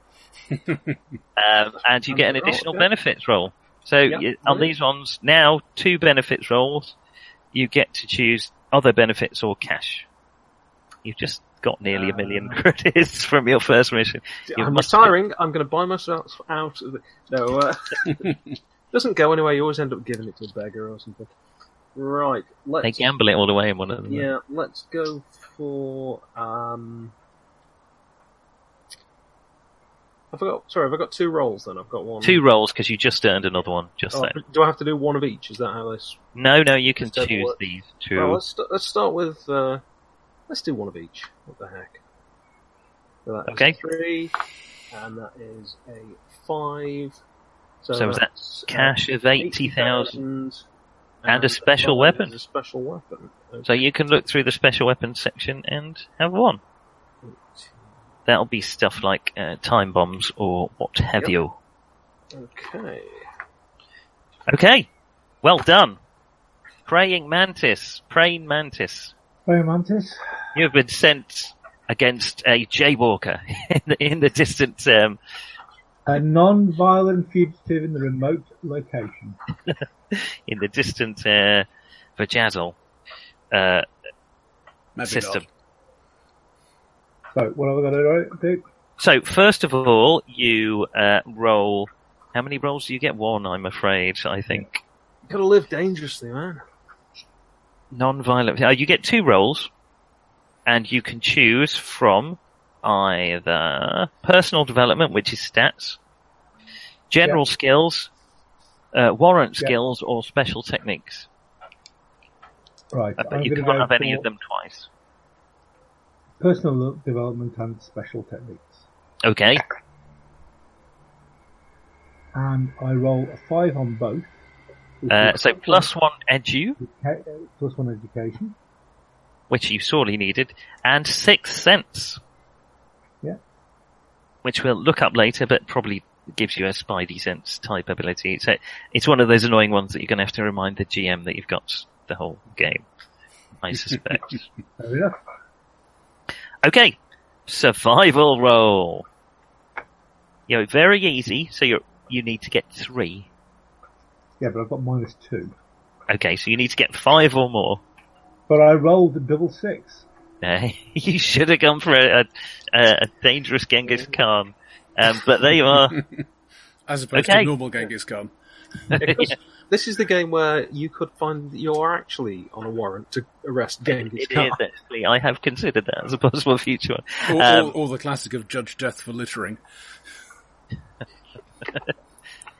S3: Um, and you get an
S5: Benefit roll,
S3: additional
S5: yeah.
S3: benefits roll. So
S5: Yeah,
S3: you, on
S5: really?
S3: these ones, now two benefits rolls, you get to choose other benefits or cash. You've just got nearly a million credits from your first mission. You
S5: I'm
S3: must-
S5: retiring, I'm going to buy myself out of the... No, uh, doesn't go anywhere, you always end up giving it to a beggar or something. Right, let's...
S3: They gamble it all away in one of them.
S5: Yeah, let's go for. Um, I forgot. Sorry, have I got two rolls then? I've got one.
S3: Two rolls because you just earned another one just
S5: Oh,
S3: then.
S5: do I have to do one of each? Is that how this?
S3: No, no, you can
S5: Just double
S3: choose
S5: it.
S3: these
S5: Well,
S3: two.
S5: let's st- let's start with. Uh, let's do one of each. What the heck? So that is
S3: Okay.
S5: Three, and that is a five. So,
S3: So is that
S5: that's, uh,
S3: Cash of 80,000
S5: 80,000,
S3: and a special
S5: that is
S3: weapon.
S5: A special weapon.
S3: So you can look through the special weapons section and have one. That'll be stuff like uh, time bombs or what have
S5: Yep.
S3: you.
S5: Okay.
S3: Okay. Well done. Praying Mantis. Praying Mantis.
S7: Very Mantis.
S3: You have been sent against a jaywalker in the, in the distant, um,
S7: A non-violent fugitive in the remote location.
S3: in the distant, uh, Vajazzle, uh,
S4: Maybe
S3: system.
S4: not.
S7: So what have I got to do?
S3: So first of all, you, uh, roll, how many rolls do you get? One, I'm afraid, I think.
S5: Gotta live dangerously, man.
S3: Non-violent. Uh, you get two rolls, and you can choose from either personal development, which is stats, general skills, uh, warrant
S7: Yeah.
S3: skills, or special techniques.
S7: Right,
S3: Uh,
S7: I'm
S3: But you
S7: gonna
S3: can't
S7: go
S3: have any
S7: for
S3: of them twice.
S7: Personal development and special techniques.
S3: Okay.
S7: and I roll a five on both. which
S3: Uh,
S7: is
S3: so plus one edu,
S7: educa- uh, plus one education.
S3: which you sorely needed, and sixth sense.
S7: Yeah.
S3: Which we'll look up later, but probably gives you a spidey sense type ability. So it's one of those annoying ones that you're going to have to remind the GM that you've got the whole game. I suspect.
S7: Fair enough.
S3: okay. Survival roll. You know, very easy. So you you need to get three.
S7: Yeah, but I've got minus two.
S3: Okay, so you need to get five or more.
S7: But I rolled a double six.
S3: Uh, you should have gone for a, a, a dangerous Genghis Khan. Um, but there you are.
S4: As opposed
S3: Okay.
S4: to normal Genghis Khan.
S5: This is the game where you could find that you're actually on a warrant to arrest Genghis
S3: It
S5: Khan.
S3: is, actually. I have considered that as a possible future one.
S4: Or,
S3: Um,
S4: or, or the classic of Judge Death for littering.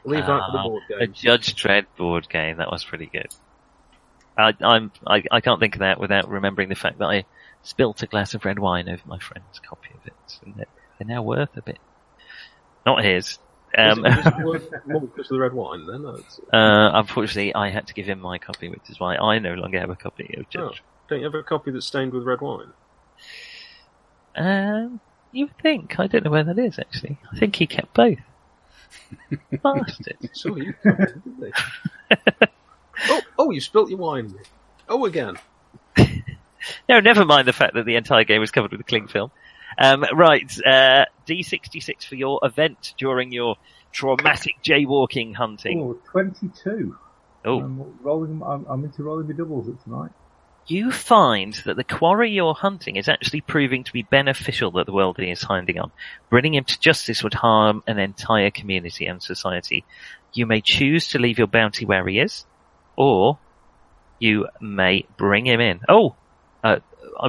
S5: Leave that for the
S3: Oh,
S5: board
S3: A
S5: game.
S3: Judge Dredd board game. That was pretty good. I, I'm, I, I can't think of that without remembering the fact that I spilt a glass of red wine over my friend's copy of it, and they're, they're now worth a bit. Not his. Um,
S5: Is it- is it worth more because of the red wine then? No, it's-
S3: uh, unfortunately, I had to give him my copy, which is why I no longer have a copy of
S5: oh,
S3: Judge.
S5: don't you have a copy that's stained with red wine? Oh.
S3: Um, you would think. I don't know where that is, actually. I think he kept both. Bastard.
S5: So you didn't they? oh, oh, you spilt your wine. Oh, again.
S3: No, never mind the fact that the entire game was covered with cling film. Um, right, uh, D66 for your event during your traumatic jaywalking hunting.
S7: Oh, 22.
S3: Oh,
S7: I'm rolling. I'm, I'm into rolling the doubles at tonight.
S3: you find that the quarry you're hunting is actually proving to be beneficial that the world he is hiding on. Bringing him to justice would harm an entire community and society. You may choose to leave your bounty where he is, or you may bring him in. Oh, uh,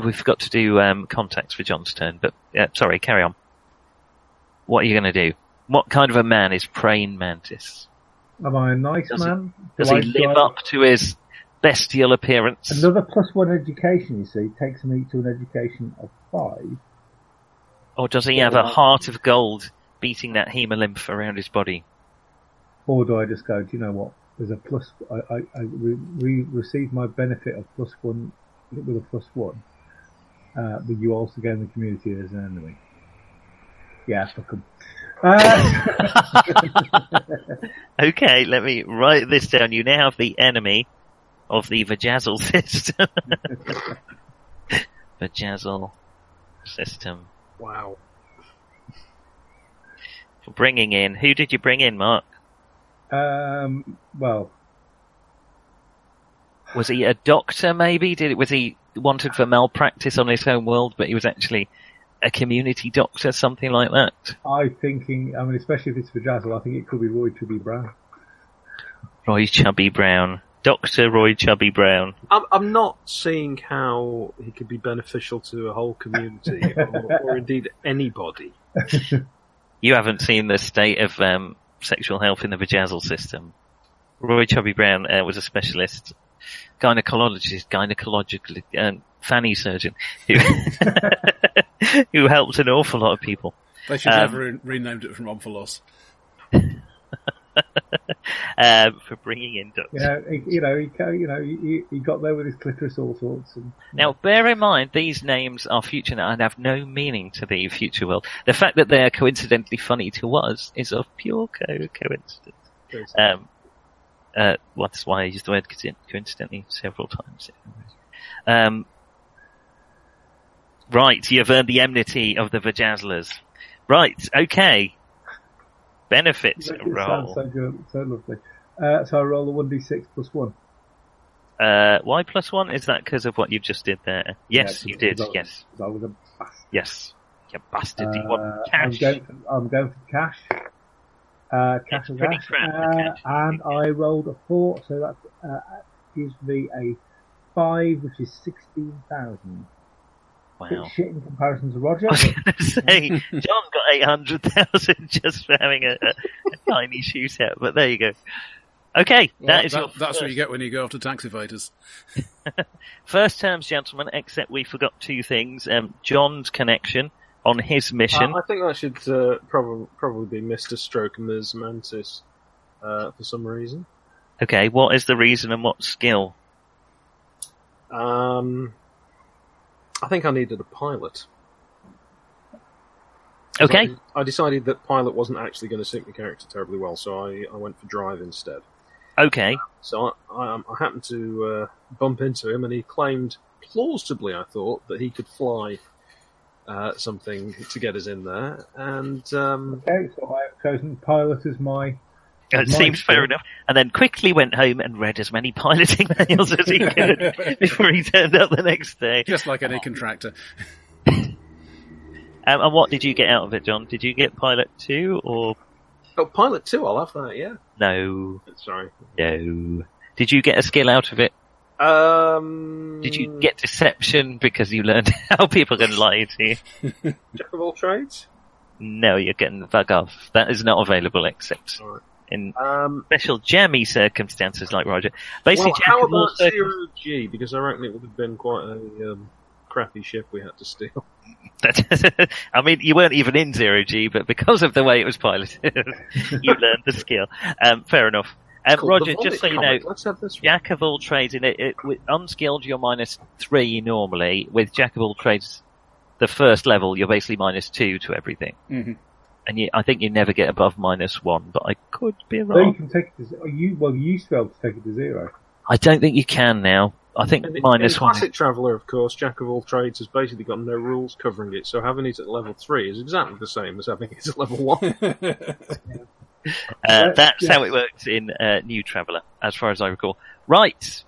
S3: we forgot to do um, contacts for John's turn, but uh, sorry, carry on. What are you going to do? What kind of a man is praying mantis?
S7: Am I a nice
S3: Does he-
S7: man? Do
S3: Does
S7: I-
S3: he
S7: do
S3: live
S7: I-
S3: up to his bestial appearance?
S7: Another plus one education, you see, takes me to an education of five.
S3: Or does he have a heart of gold beating that hemolymph around his body?
S7: Or do I just go, do you know what? There's a plus, I, I, I re, re, receive my benefit of plus one, with a plus one. Uh, but you also gain the community as an enemy. Yeah, fuck 'em. Uh,
S3: Okay, let me write this down. You now have the enemy of the Vajazzle system. Vajazzle system.
S5: Wow.
S3: Bringing in, who did you bring in, Mark?
S7: um, well,
S3: Was he a doctor maybe? Did was he wanted for malpractice on his home world, but he was actually a community doctor, something like that?
S7: I'm thinking, I mean, especially if it's for Jazzle, I think it could be Roy Tribby Brown.
S3: Roy Chubby Brown. Dr. Roy Chubby Brown.
S5: I'm, I'm not seeing how he could be beneficial to a whole community or, or indeed anybody.
S3: You haven't seen the state of um, sexual health in the vajazzle system. Roy Chubby Brown uh, was a specialist gynecologist, gynecological um, fanny surgeon who, who helped an awful lot of people.
S4: They should
S3: Um,
S4: have re- renamed it from Omphalos.
S3: Um, for bringing in ducks.
S7: You know, he, you know, he, ca- you know, he, he got there with his clitoris all sorts. And,
S3: Now, bear in mind, these names are future now and have no meaning to the future world. The fact that they are coincidentally funny to us is of pure co- coincidence. Um, uh, well, that's why I used the word coinci- coincidentally several times. Um, right, you've earned the enmity of the Vajazzlers. Right, okay. Benefits
S7: It sounds
S3: roll.
S7: so good, so lovely. Uh, so I roll a 1d6 plus one.
S3: Uh, why plus one? Is that because of what you just did there? Yes,
S7: Yeah,
S3: you did.
S7: 'cause I was-
S3: Yes,
S7: 'cause I was a bastard.
S3: yes. You bastard. Do you
S7: Uh,
S3: want
S7: I'm
S3: cash?
S7: going for, I'm going for cash. Uh, cash
S3: It's
S7: and
S3: pretty
S7: cash.
S3: crap, the
S7: Uh,
S3: cash.
S7: and I rolled a four, so that uh, gives me a five, which is 16,000. Bit
S3: Wow.
S7: shit in comparison to Roger.
S3: I was going
S7: but
S3: to say, John got 800,000 just for having a, a, a tiny shootout, but there you go. Okay,
S4: Well,
S3: that is
S4: that-
S3: your
S4: that's
S3: first,
S4: what you get when you go after tax evaders.
S3: first terms, gentlemen, except we forgot two things. Um, John's connection on his mission.
S5: Uh, I, I think that should uh, probably, probably be Mr. Stroke and Ms. Mantis uh, for some reason.
S3: okay, what is the reason and what skill?
S5: Um, I think I needed a pilot.
S3: Okay,
S5: So I, I decided that pilot wasn't actually going to suit my character terribly well, so I, I went for drive instead.
S3: okay.
S5: So I, I, um, I happened to uh, bump into him, and he claimed plausibly, I thought, that he could fly uh, something to get us in there. And um,
S7: okay, so I've chosen pilot as my.
S3: It
S7: as my
S3: seems fair
S7: skill.
S3: enough. And then quickly went home and read as many piloting manuals as he could before he turned up the next day.
S4: Just like
S3: Oh.
S4: any contractor.
S3: Um, and what did you get out of it, John? Did you get pilot two or
S5: oh, pilot too, I'll have that. Yeah,
S3: no?
S5: sorry.
S3: No. Did you get a skill out of it?
S5: Um,
S3: Did you get deception because you learned how people can lie to you?
S5: Jack of all trades?
S3: No, you're getting the fuck off. That is not available except
S5: Alright.
S3: in
S5: Um,
S3: special jammy circumstances like Roger. Basically,
S5: well,
S3: Jack
S5: how
S3: of all
S5: about
S3: circum-
S5: zero G? Because I reckon it would have been quite a um, crappy ship we had to steal.
S3: That- I mean, you weren't even in zero G, but because of the way it was piloted, you learned the skill. Um, fair enough. Um,
S5: Cool.
S3: Roger,
S5: The
S3: just
S5: Vomit
S3: so you know,
S5: comic, let's have this one.
S3: Jack of all trades in it, it with unskilled you're minus three normally. With Jack of all trades, the first level you're basically minus two to everything,
S4: Mhm.
S3: and you, I think you never get above minus one. But I could be
S7: So you
S3: wrong.
S7: can take it to oh, you. Well, you used to be able to take it to zero.
S3: I don't think you can now. I think
S5: And in-
S3: minus
S5: in
S3: one.
S5: Classic Traveller, of course, Jack of all trades has basically got no rules covering it, so having it at level 3 is exactly the same as having it at level 1.
S3: Uh,
S7: Uh,
S3: that's
S7: yeah.
S3: how it works in uh, New Traveller, as far as I recall. Right.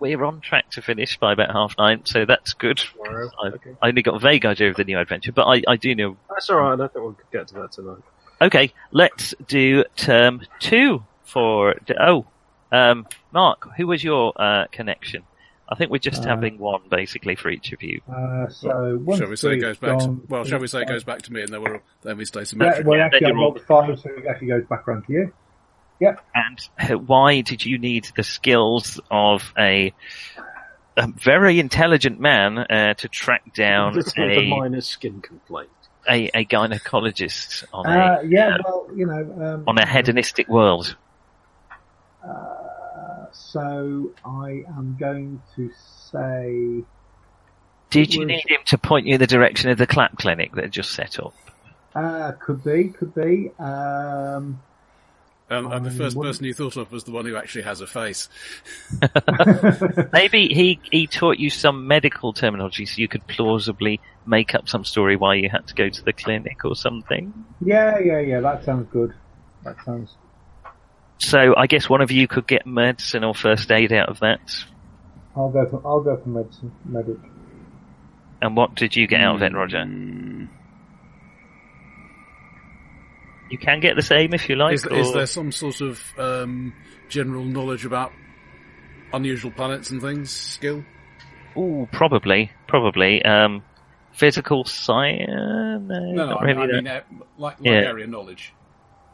S3: We're on track to finish by about half nine, so that's good.
S5: Wow,
S3: I,
S5: okay.
S3: I only got a vague idea of the new adventure, but I, I do know.
S5: That's alright, I think we'll get to that tonight.
S3: Okay, let's do term two for, oh, um, Mark, who was your uh, connection? I think we're just
S7: Uh,
S3: having one basically for each of you.
S7: Uh, so once
S4: Shall we say it
S7: three
S4: goes
S7: is
S4: back? To,
S7: gone,
S4: well, shall we say it
S7: five-
S4: goes back to me, and then we then we stay
S7: Yeah,
S4: symmetric.
S7: well,
S3: Yeah,
S7: actually,
S3: then
S7: I
S3: you're
S7: rolled five, so it actually goes back around to you.
S3: And uh, why did you need the skills of a, a very intelligent man uh, to track down
S5: Just with a
S3: a
S5: minor skin complaint.
S3: a, a gynecologist on a
S7: Uh, yeah, well, you know, um,
S3: on a hedonistic world.
S7: Uh, so I am going to say
S3: Did you
S7: was-
S3: need him to point you in the direction of the clap clinic that had just set up?
S7: uh, could be, could be. Um,
S4: Um, and the
S7: I
S4: first
S7: wouldn't-
S4: person you thought of was the one who actually has a face.
S3: Maybe he he taught you some medical terminology so you could plausibly make up some story why you had to go to the clinic or something.
S7: yeah, yeah, yeah. That sounds good. That sounds.
S3: So I guess one of you could get medicine or first aid out of that.
S7: I'll go for. I'll go for medicine, medic.
S3: And what did you get out
S4: Hmm.
S3: of it, Roger? You can get the same if you like.
S4: Is,
S3: or...
S4: is there some sort of um, general knowledge about unusual planets and things skill?
S3: Ooh, probably, probably. Um, physical science? No,
S4: No, no,
S3: not
S4: I,
S3: really.
S4: I
S3: that.
S4: mean uh, like, like
S3: Yeah.
S4: area knowledge.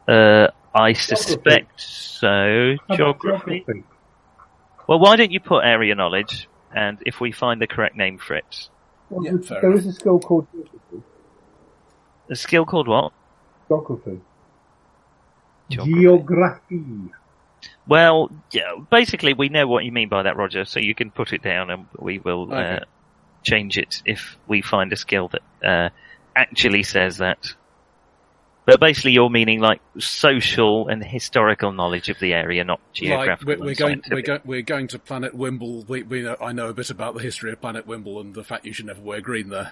S3: Uh, I suspect so.
S7: How about
S3: Geography. Well, why don't you put area knowledge, and if we find the correct name for it,
S7: Well,
S4: Yeah,
S7: there's-
S4: fair
S7: there is a skill called geography.
S3: a skill called what?
S7: Geography.
S3: Geography.
S7: Geography.
S3: Well, yeah, basically, we know what you mean by that, Roger. So you can put it down, and we will uh,
S4: Okay.
S3: change it if we find a skill that uh, actually says that. But basically, you're meaning like social and historical knowledge of the area, not
S4: Like
S3: geographical.
S4: we're, we're
S3: and
S4: going, we're
S3: scientific.
S4: going, we're going to Planet Wimble. We, we know, I know a bit about the history of Planet Wimble and the fact you should never wear green there.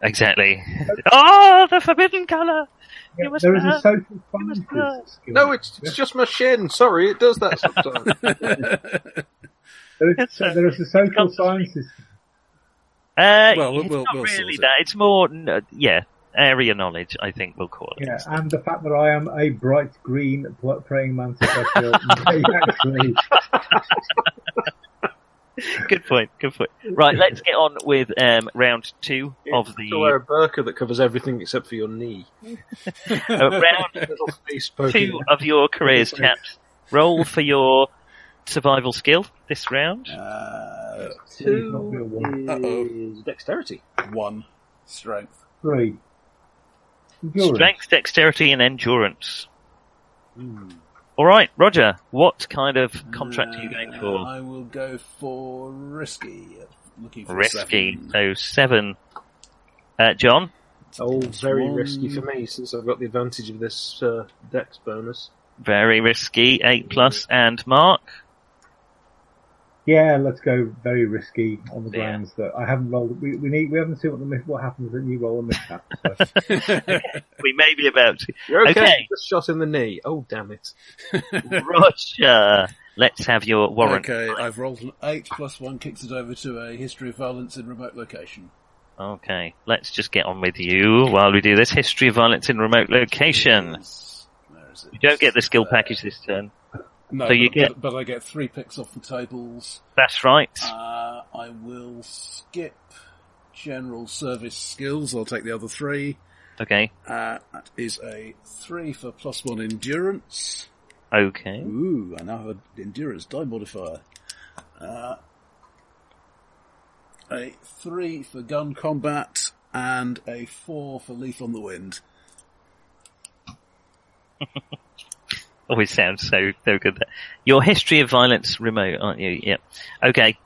S3: Exactly. oh, the forbidden color.
S7: Yeah,
S3: You must
S7: there is a
S3: learn.
S7: social
S3: must learn.
S7: sciences skill.
S5: No, it's, it's just my shin, sorry, it does that sometimes.
S7: there is,
S3: it's a-
S7: there is a social
S3: comes to me.
S7: sciences.
S3: Uh,
S4: Well, we'll-
S3: it's
S4: we'll-
S3: not
S4: we'll sort
S3: really
S4: it.
S3: that. It's more, n- uh, yeah, area knowledge. I think we'll call it.
S7: Yeah, and the fact that I am a bright green pl- praying mantis, I feel may actually
S3: Good point. Good point. Right, let's get on with um, round two of
S5: You have to wear
S3: the
S5: a burqa that covers everything except for your knee.
S3: uh, round
S5: Little face
S3: two
S5: poking.
S3: of your careers, chaps. Roll for your survival skill this round.
S4: Uh,
S7: Please not be a one.
S4: Uh-oh.
S5: is dexterity.
S4: one strength.
S7: three. Endurance.
S3: Strength, dexterity, and endurance.
S4: Hmm.
S3: All right, Roger. What kind of contract are you going
S4: Uh,
S3: for?
S4: I will go for risky. Looking for a
S3: Risky.
S4: seven.
S3: So seven. Uh, John.
S5: Oh, very
S4: one.
S5: risky for me since I've got the advantage of this uh, dex bonus.
S3: Very risky. Eight plus. And Mark.
S7: Yeah, let's go very risky on the
S3: Yeah.
S7: grounds that I haven't rolled. We, we need. We haven't seen what the mis- what happens when you roll a mishap. So.
S3: We may be about to.
S5: You're okay.
S3: Okay.
S5: Just shot in the knee. Oh, damn it.
S3: Roger. Let's have your warrant.
S4: Okay, I've rolled an eight plus one, kicks it over to a history of violence in remote location.
S3: Okay, let's just get on with you while we do this. History of violence in remote location.
S4: Where is it?
S3: You don't get the skill
S4: Uh,
S3: package this turn.
S4: No,
S3: So you
S4: but,
S3: get-
S4: but I get three picks off the tables.
S3: That's right.
S4: Uh, I will skip general service skills. I'll take the other three.
S3: Okay.
S4: Uh, that is a three for plus one endurance.
S3: Okay.
S4: Ooh, I now have an endurance die modifier. Uh,
S8: a three for gun combat and a four for lethal on the wind.
S3: Always Oh, sounds so so good. Your history of violence remote, aren't you? Yep. Okay.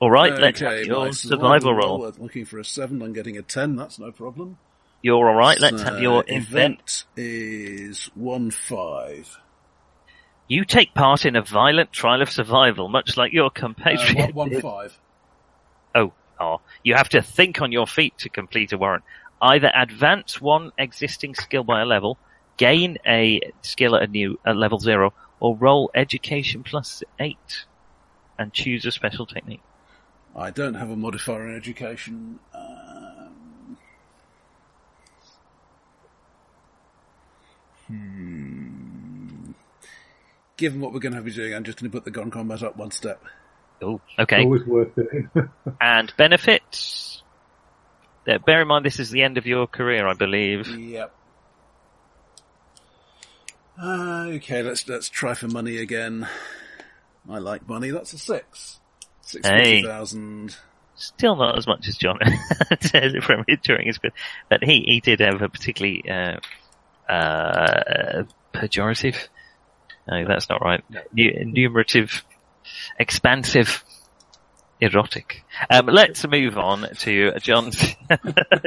S3: All right. let's have your
S8: my
S3: survival roll.
S8: I'm Looking for a seven, I'm getting a ten. That's no problem.
S3: You're all right. Let's have your
S8: So,
S3: event.
S8: is one five.
S3: You take part in a violent trial of survival, much like your
S8: Uh,
S3: compatriot.
S8: one, one five.
S3: Oh, oh. You have to think on your feet to complete a warrant. Either advance one existing skill by a level, gain a skill at a new at level zero, or roll education plus eight and choose a special technique.
S8: I don't have a modifier in education. Um, hmm. Given what we're going to be doing, I'm just going to put the gun combat up one step.
S3: Oh, okay.
S7: Always worth doing.
S3: And benefits. Uh, bear in mind, this is the end of your career, I believe.
S8: Yep. Okay, let's let's try for money again. I like money. That's a six. Six
S3: Hey.
S8: thousand.
S3: Still not as much as John says from it during his bit, but he he did have a particularly uh, uh, pejorative. No, that's not right. Nu- numerative, expansive, erotic. Um, let's move on to John's.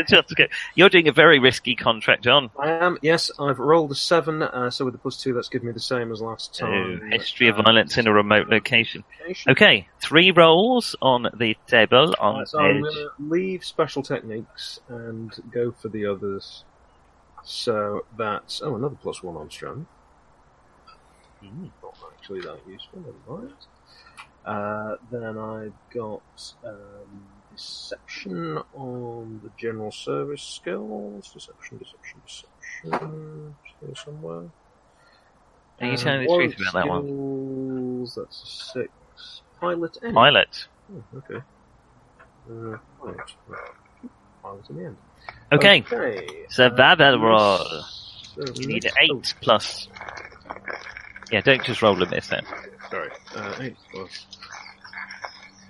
S3: John's go. You're doing a very risky contract, John.
S5: I am, yes, I've rolled a seven, uh, so with the plus two, that's given me the same as last
S3: Oh,
S5: time.
S3: history of
S5: Uh,
S3: violence in a remote location.
S5: location.
S3: Okay, three rolls on the table on
S5: Right, so I'm
S3: edge.
S5: going to leave special techniques and go for the others. So that's oh another plus one on strength.
S3: Hmm.
S5: Not actually that useful. Never mind. Uh, then I've got um, deception on the general service skills. Deception, deception, deception. It's Here somewhere.
S3: Are you telling the truth about that one?
S5: one? That's a six. Pilot. End.
S3: Pilot.
S5: Oh, okay. Uh, right. Miles in the end.
S3: Okay,
S5: Okay. Uh,
S3: so that that roll.
S5: So oh,
S3: You need an
S5: next-
S3: eight plus. Yeah, don't just roll a miss then.
S5: oh, sorry. Uh, eight plus.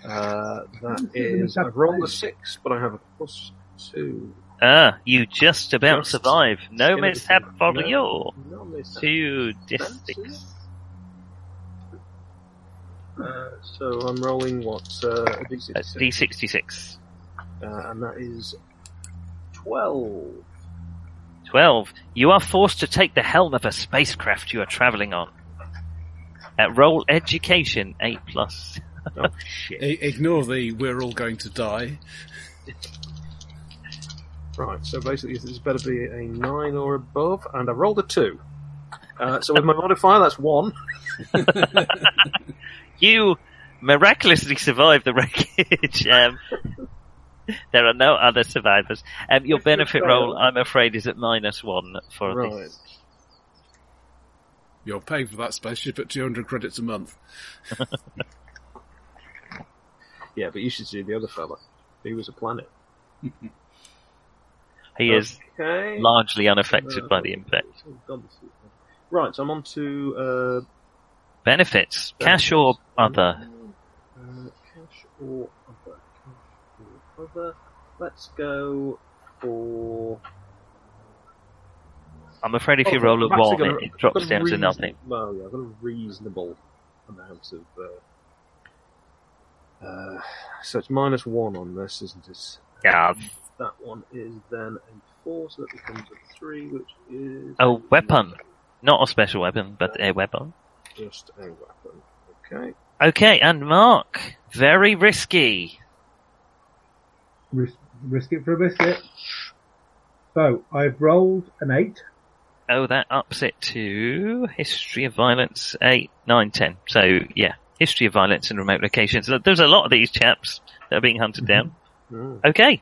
S5: Uh, that
S7: even
S5: is.
S7: have
S5: I've rolled a
S7: those.
S5: six, but I have a plus two.
S3: Ah, you just about
S5: Just
S3: survive. No
S5: Skin of the
S3: mishap
S5: thing.
S3: for
S5: No,
S3: you.
S5: no mishap.
S3: Two districts.
S5: Uh, so I'm rolling what? Uh, a d6.
S3: That's D66.
S5: Uh, and that is 12.
S3: 12. You are forced to take the helm of a spacecraft you are travelling on. Uh, roll education 8 plus.
S5: Oh, shit.
S4: I- ignore the "we're all going to die."
S5: Right, so basically this better be a 9 or above, and I rolled a 2. Uh, so with my modifier, that's 1.
S3: You miraculously survive the wreckage. Um, there are no other survivors. Um, your benefit roll, I'm afraid, is at minus 1 for
S5: Right.
S3: this.
S4: You're paying for that spaceship at 200 credits a month.
S5: Yeah, but you should see the other fella. He was a planet.
S3: He is
S5: Okay. Uh,
S3: largely unaffected by the impact.
S5: Right, so I'm on to uh,
S3: Benefits, cash or other.
S5: Uh, cash or other. Cash or other. Let's go for.
S3: I'm afraid if you
S5: Oh,
S3: roll a
S5: I'm actually
S3: one,
S5: gonna-
S3: it, it drops
S5: I've got a
S3: down to
S5: reason-
S3: nothing.
S5: Well, yeah, I've got a reasonable amount of. Uh, uh, so it's minus one on this, isn't it?
S3: Yeah.
S5: That one is then a four, so that becomes a three, which is
S3: A weapon. Not a special weapon, but a weapon.
S5: just a weapon. Okay.
S3: Okay, and Mark. Very risky.
S7: risk, risk it for a biscuit. So I've rolled an eight.
S3: Oh, that ups it to history of violence eight, nine, ten. So yeah, history of violence in remote locations. Look, There's a lot of these chaps that are being hunted down.
S5: Mm.
S3: Okay,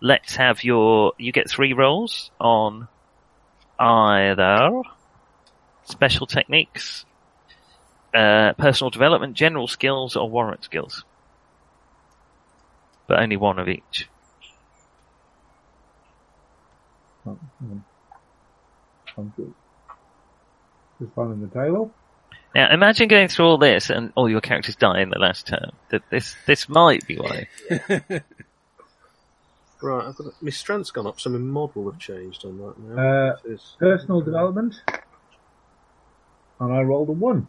S3: let's have your. You get three rolls on either special techniques, uh, personal development, general skills, or warrant skills. But only one of each.
S7: Oh, hang on. I'm good. Just finding the tail off.
S3: Now imagine going through all this and all your characters die in the last turn. That this this might be why.
S5: Right, I've got my strength's gone up, so my mod will have changed on that now.
S7: Uh,
S5: It's-
S7: personal development, and I rolled a one.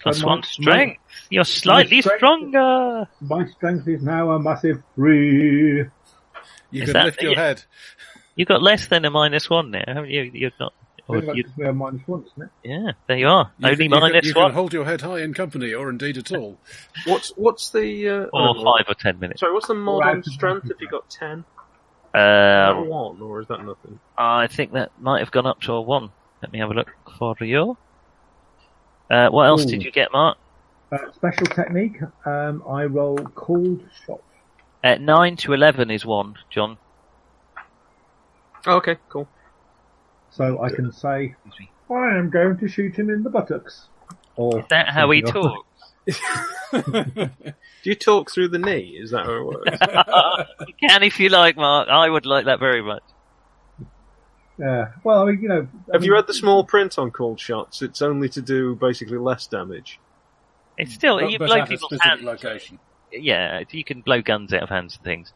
S3: Plus
S7: my-
S3: one
S7: my-
S3: strength. You're slightly
S7: strength-
S3: stronger.
S7: My strength is now a massive three.
S4: You
S3: Is
S4: can
S3: that-
S4: lift your
S3: yeah.
S4: head.
S3: You got less than a minus one now, haven't you? You're not. or
S7: I think
S3: you-
S7: that's a minus one, isn't it?
S3: yeah, there you are.
S4: You
S3: Only
S4: can, you
S3: minus
S4: can, you can
S3: one
S4: hold your head high in company, or indeed at all.
S5: What's what's the uh,
S3: or
S5: oh,
S3: five or ten minutes.
S5: Sorry, what's the mod
S7: Right.
S5: on strength? If you got ten, Is that
S3: Uh,
S5: one or is that nothing?
S3: I think that might have gone up to a one. Let me have a look for you. Uh, what else did
S7: Ooh.
S3: you get, Mark?
S7: Uh, special technique, um, I roll cold shot.
S3: Uh, nine to eleven is one, John.
S5: Oh, okay, cool.
S7: So I can say, I am going to shoot him in the buttocks. Or
S3: Is that how we
S7: something else.
S3: talk?
S5: Do you talk through the knee? Is that how it works?
S3: you can if you like, Mark. I would like that very much.
S7: Yeah. Well, I mean, you know. I mean,
S5: Have you read the small print on cold shots? It's only to do basically less damage.
S3: It's still
S4: But-
S3: you
S4: but
S3: blow
S4: at a
S3: people's
S4: specific
S3: hands.
S4: location.
S3: Yeah, you can blow guns out of hands and things.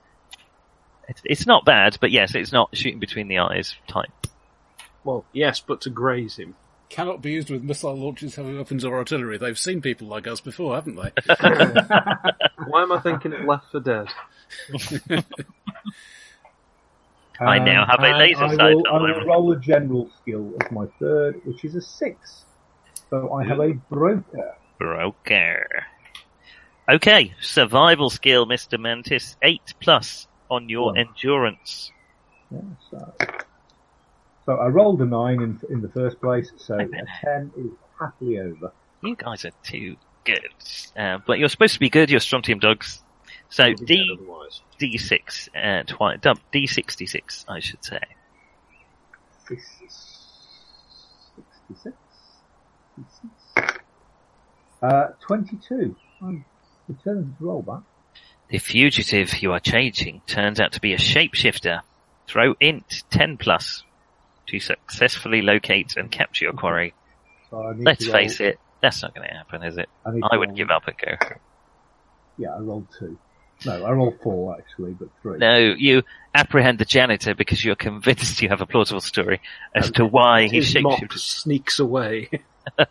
S3: It's, it's not bad, but yes, it's not shooting between the eyes type.
S5: Well, yes, but to graze him.
S4: Cannot be used with missile launchers, heavy weapons, or artillery. They've seen people like us before, haven't they?
S7: uh,
S5: Why am I thinking of Left for Dead?
S3: I now have a
S7: um, and
S3: laser
S7: I
S3: sight
S7: will, I
S3: on
S7: will
S3: my-
S7: roll a general skill as my third, which is a six. So I have a broker.
S3: Broker. Okay, survival skill, Mr. Mantis. Eight plus on your
S7: One.
S3: endurance.
S7: Yeah, so. so I rolled a nine in, in the first place, so a ten is happily over.
S3: You guys are too good. Uh, but you're supposed to be good, you're strong team dogs. So
S5: You'd be dead
S3: D,
S5: otherwise.
S3: D6, uh, twi- dub- D66, I should say.
S7: Six- 66? 66? Uh, 22. I'm determined to roll that.
S3: The fugitive you are changing turns out to be a shapeshifter. Throw int 10 plus to successfully locate and capture your quarry.
S7: So I need
S3: Let's
S7: to roll-
S3: face it, that's not going to happen, is it?
S7: I, need
S3: I
S7: to
S3: would
S7: roll-
S3: give up and go.
S7: Yeah, I rolled two. No, I rolled four actually, but three.
S3: No, you apprehend the janitor because you're convinced you have a plausible story as to why he
S5: His mop
S3: shapeshifted.
S5: sneaks away.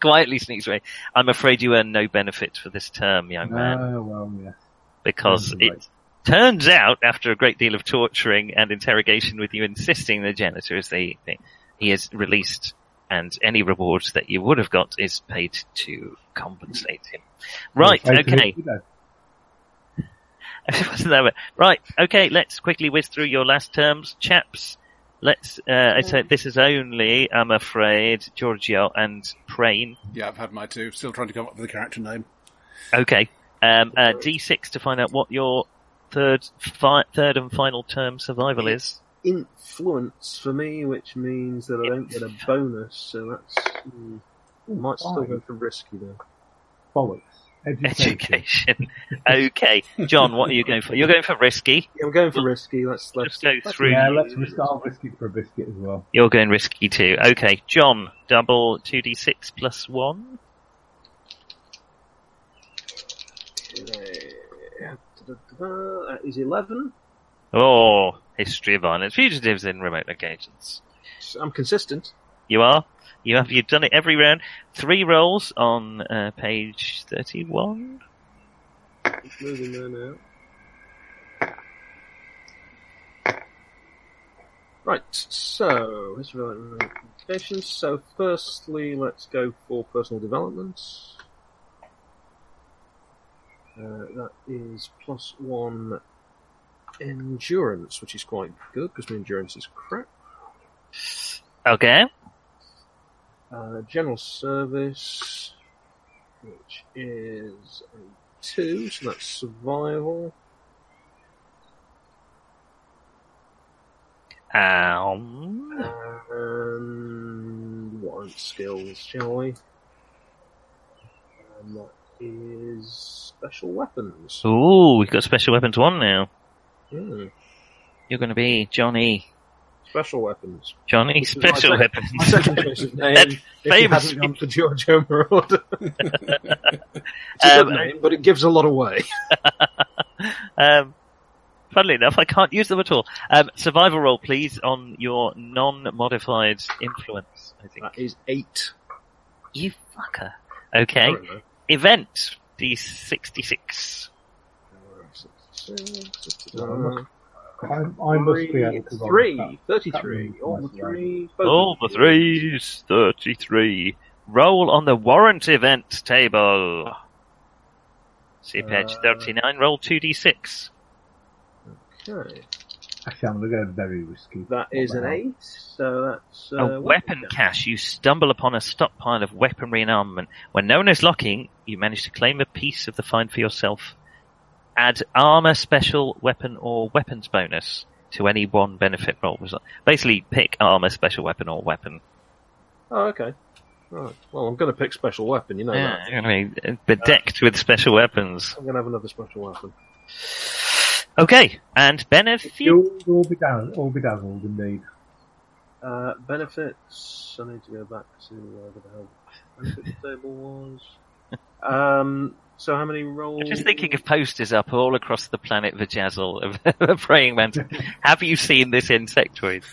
S3: Quietly sneaks away. I'm afraid you earn no benefit for this term, young man,
S7: No, Uh, well, yeah.
S3: because
S7: you're
S3: it turns out after a great deal of torturing and interrogation with you insisting the janitor is the thing, he is released and any reward that you would have got is paid to compensate him. Right,
S7: Face it,
S3: okay.
S7: you know.
S3: Wasn't that bad? right, okay, let's quickly whiz through your last terms, chaps. Let's, uh, I said this is only, I'm afraid, Giorgio and Prane.
S4: Yeah, I've had my two. Still trying to come up with a character name.
S3: Okay. Um, uh, D6 to find out what your third, fi- third and final term survival is.
S5: Influence for me, which means that I don't get a bonus, so that's mm, might still go for risky though.
S7: Bollocks. Education.
S3: Education. okay. John, what are you going for? You're going for risky.
S5: Yeah, I'm going for risky. Let's let's
S3: Let's go through.
S7: Yeah, let's risk, I'll risk it for a biscuit as well.
S3: You're going risky too. Okay. John, double 2D6 plus 1.
S5: That is 11.
S3: Oh, history of violence. Fugitives in remote locations.
S5: I'm consistent.
S3: You are. You have. You've done it every round. Three rolls on uh, page thirty-one.
S5: It's moving there now. Right, so, let's have a look at the applications. So, firstly, let's go for personal development. Uh, that is plus one endurance, which is quite good because my endurance is crap.
S3: Okay.
S5: Uh, general service, which is a two, so that's survival.
S3: Um.
S5: And warrant Um, skills, shall we? And that is special weapons.
S3: Ooh, we've got special weapons one now.
S5: Hmm.
S3: You're going to be Johnny
S5: special weapons.
S3: Johnny,
S5: Which is my
S3: special
S5: sec-
S3: weapons.
S5: My second choice of name.
S3: That's
S5: if you
S3: famous.
S5: hadn't gone for Giorgio Moroder. it's a
S3: Um,
S5: good name, but it gives a lot away.
S3: Um, funnily enough, I can't use them at all. Um, survival roll, please, on your non-modified influence. I think
S5: That is eight.
S3: you fucker. Okay,
S5: I don't know.
S3: event D sixty six.
S5: Uh,
S7: I, I must be able to roll that.
S5: three, 33,
S7: that
S5: all the
S7: means nice
S5: three.
S3: All the threes, thirty three. Roll on the warrant event table. See page
S5: Uh,
S3: thirty nine. Roll two D six.
S5: Okay.
S7: Actually, I'm going to go very risky.
S5: That is an eight, so that's uh,
S3: a weapon cache. You stumble upon a stockpile of weaponry and armament. When no one is looking, you manage to claim a piece of the find for yourself. Add armor, special weapon, or weapons bonus to any one benefit roll. result. Basically, pick armor, special weapon, or weapon.
S5: Oh, okay. Right. Well, I'm going to pick special weapon. You know
S3: Yeah,
S5: that.
S3: you know what I mean, Uh, bedecked with special weapons.
S5: I'm going to have another special weapon.
S3: Okay, and benefit.
S7: You'll, you'll be down, all bedazzled indeed.
S5: Uh, benefits. I need to go back to where the hell the benefits table was. Um. So how many rolls?
S3: I'm just thinking of posters up all across the planet Vajazzle of a praying mantis. Have you seen this insectoid?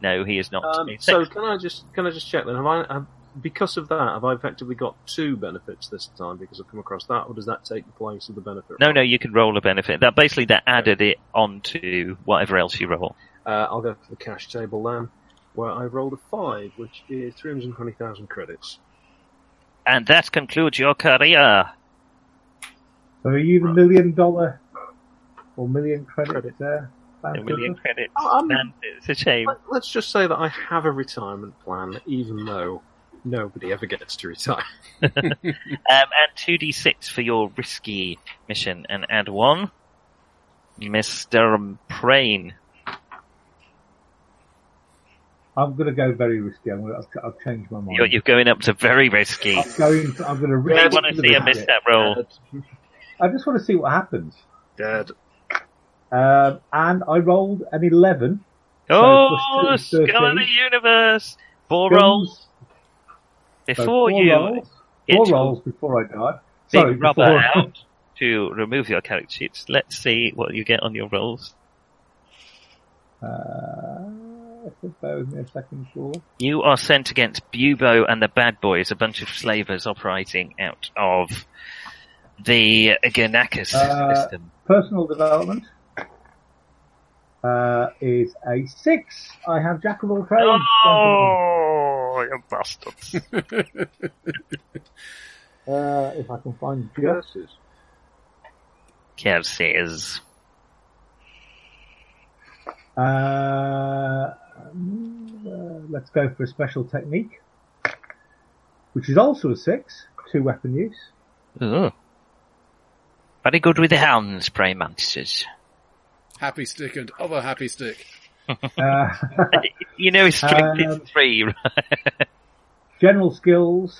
S3: no, he is not.
S5: Um,
S3: Insect-
S5: so can I just can I just check then? Have I have, because of that have I effectively got two benefits this time because I've come across that, or does that take the place of the benefit?
S3: no,
S5: roll?
S3: no, you can roll a benefit. That basically that added it onto whatever else you roll.
S5: Uh, I'll go for the cash table then, where I rolled a five, which is 320,000 credits.
S3: And that concludes your career.
S7: So are you the million dollar or million credit there?
S3: A million credits.
S5: Oh, I'm-
S3: And it's a shame. Um,
S5: Let- Let's just say that I have a retirement plan, even though nobody ever gets to retire.
S3: Um, and two d six for your risky mission, and add one, Mister Prain.
S7: I'm going to go very risky. I'm gonna, I've, I've changed my mind.
S3: You're, you're going up to very risky.
S5: Oh.
S7: I'm going. To, I'm going to
S3: We
S7: risk.
S3: want to see a
S7: it.
S3: misstep roll.
S7: I just want to see what happens.
S5: Dead.
S7: Um, and I rolled an eleven.
S3: Oh,
S7: plus two,
S3: Skull of the
S7: 13.
S3: Universe! Four
S7: Guns-
S3: rolls
S7: so
S3: before
S7: four
S3: you
S7: rolls,
S3: get
S7: four
S3: your
S7: rolls before I died.
S3: big
S7: Sorry,
S3: rubber
S7: before-
S3: out to remove your character sheets. Let's see what you get on your rolls.
S7: Uh, just bear with me a second, sure.
S3: You are sent against Bubo and the Bad Boys, a bunch of slavers operating out of the Ganakas
S7: Uh,
S3: system.
S7: Personal development uh, is a six. I have jack of all trades.
S3: Oh, you bastards.
S7: Uh, if I can find just
S5: Curses.
S3: Kev says,
S7: Uh, mm, uh, let's go for a special technique, which is also a six, two weapon use.
S3: Ooh. Very good with the hounds, prey monsters.
S4: Happy stick and other happy stick.
S7: Uh,
S3: You know, it's strict
S7: Um,
S3: it's three, right?
S7: general skills.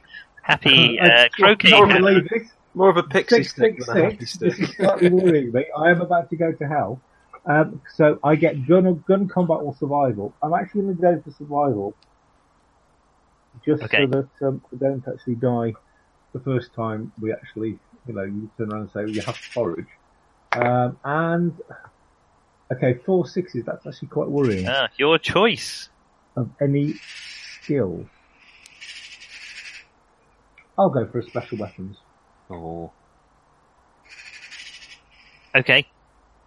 S3: Happy
S7: I-
S3: uh,
S7: I
S3: croquet.
S7: can't
S3: hat.
S7: believe it.
S5: More of a pixie
S7: Six,
S5: stick
S7: six,
S5: than a happy
S7: six. This
S5: stick.
S7: is slightly worrying me. I am about to go to hell. Um, so I get gun or gun combat or survival. I'm actually going to go for survival, just
S3: Okay.
S7: so that um, I don't actually die the first time we actually, you know, you turn around and say well, you have to forage. Um, and okay, four sixes. That's actually quite worrying.
S3: Ah, your choice.
S7: Of any skill, I'll go for a special weapons.
S5: Oh.
S3: Okay.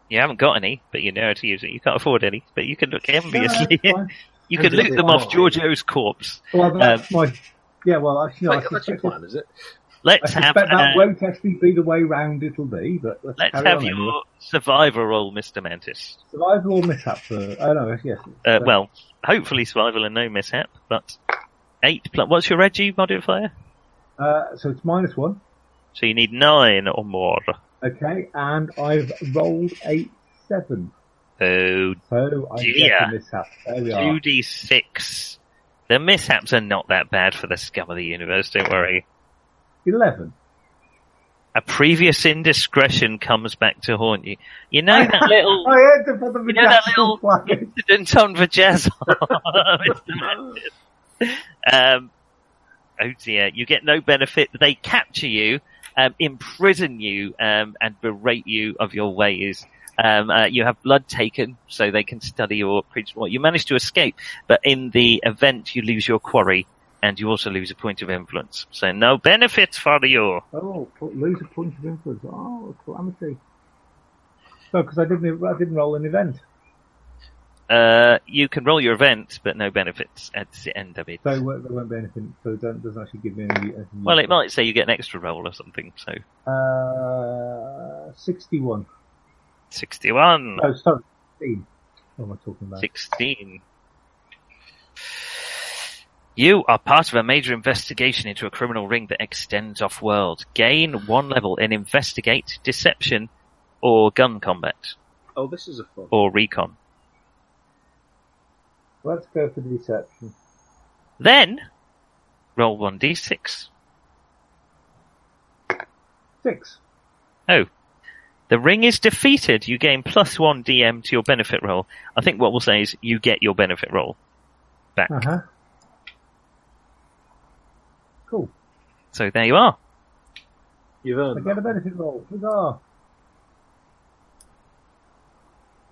S3: You haven't got any, but you know how to use it. You can't afford any, but you can look enviously.
S7: Yeah, fine.
S3: you can loot them off Giorgio's corpse.
S7: Well,
S3: Uh,
S7: that's my. Yeah, well, actually, no, I
S5: That- that's your
S7: suspect,
S5: plan, is it?
S7: I
S3: Let's have
S7: suspect that
S3: uh,
S7: won't actually be the way round it'll be, but let's,
S3: let's
S7: carry
S3: have
S7: on
S3: your
S7: anyway.
S3: survivor roll, Mister Mantis.
S7: Survival or mishap for. Oh, no, yes.
S3: Uh, well, hopefully survival and no mishap, but eight. Plus, what's your Reggie modifier?
S7: Uh, so it's minus one.
S3: So you need nine or more.
S7: Okay, and I've rolled a seven.
S3: Oh,
S7: So I
S3: Dear.
S7: get a mishap. There we are.
S3: two d six. The mishaps are not that bad for the scum of the universe. Don't worry.
S7: Eleven.
S3: A previous indiscretion comes back to haunt you. You know that little.
S7: I heard the brother
S3: Oh. You know that little
S7: flag.
S3: incident on Vajazar. um, oh dear, you get no benefit. They capture you, um, imprison you, um, and berate you of your ways. Um, uh, you have blood taken, so they can study your creature. Well, you manage to escape, but in the event you lose your quarry, and you also lose a point of influence. So no benefits for you.
S7: Oh, put- lose a point of influence. Oh, calamity. No, because I didn't. I didn't roll an event.
S3: Uh, you can roll your event, but no benefits at the end of it.
S7: So there won't, there won't be anything. So it don't, doesn't actually give me any. anything
S3: Well, it might say you get an extra roll or something. So
S7: Uh, sixty-one.
S3: sixty-one.
S7: Oh, sorry, 16. What am I talking about?
S3: 16. You are part of a major investigation into a criminal ring that extends off world. Gain one level in investigate, deception, or gun combat,
S5: Oh, this is a fun.
S3: or recon.
S7: Let's go for deception.
S3: Then, roll 1d6.
S7: Six.
S3: Oh. The ring is defeated. You gain plus one DM to your benefit roll. I think what we'll say is you get your benefit roll back.
S7: Uh huh. Cool.
S3: So there you are.
S5: You've
S7: I
S5: earned.
S7: get a benefit roll. Huzzah!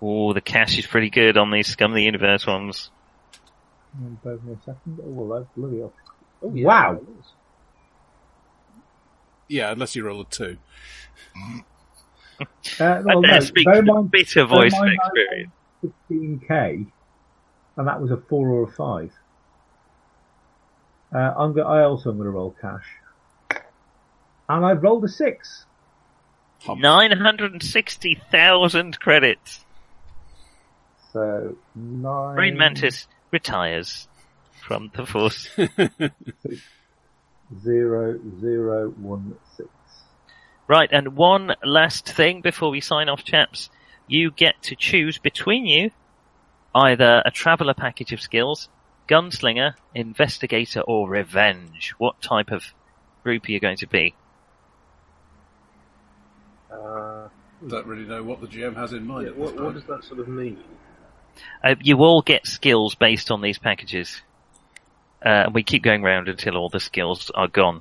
S3: Oh, the cash is pretty good on these Scum of the Universe ones.
S7: And Mm, bear with me a second. Oh, well, that's bloody up.
S5: Oh,
S7: Wow.
S4: Yeah, unless you roll a two.
S7: Uh, well,
S3: And
S7: no,
S3: there speaks
S7: bear in
S3: the
S7: mind,
S3: bitter voice
S7: bear
S3: of
S7: in mind I
S3: experience.
S7: rolled 15k, and that was a four or a five. Uh, I'm go- I also am going to roll cash, and I've rolled a six.
S3: 960,000 credits.
S7: So nine.
S3: Brain Mantis retires from the force.
S7: Zero zero one six.
S3: right, and one last thing before we sign off, chaps. You get to choose between you either a traveller package of skills, gunslinger, investigator, or revenge. What type of group are you going to be?
S5: Uh,
S4: Don't really know what the GM has in mind.
S5: yeah,
S4: at this
S5: what, what
S4: time.
S5: does that sort of mean?
S3: Uh, you all get skills based on these packages. Uh, and we keep going round until all the skills are gone.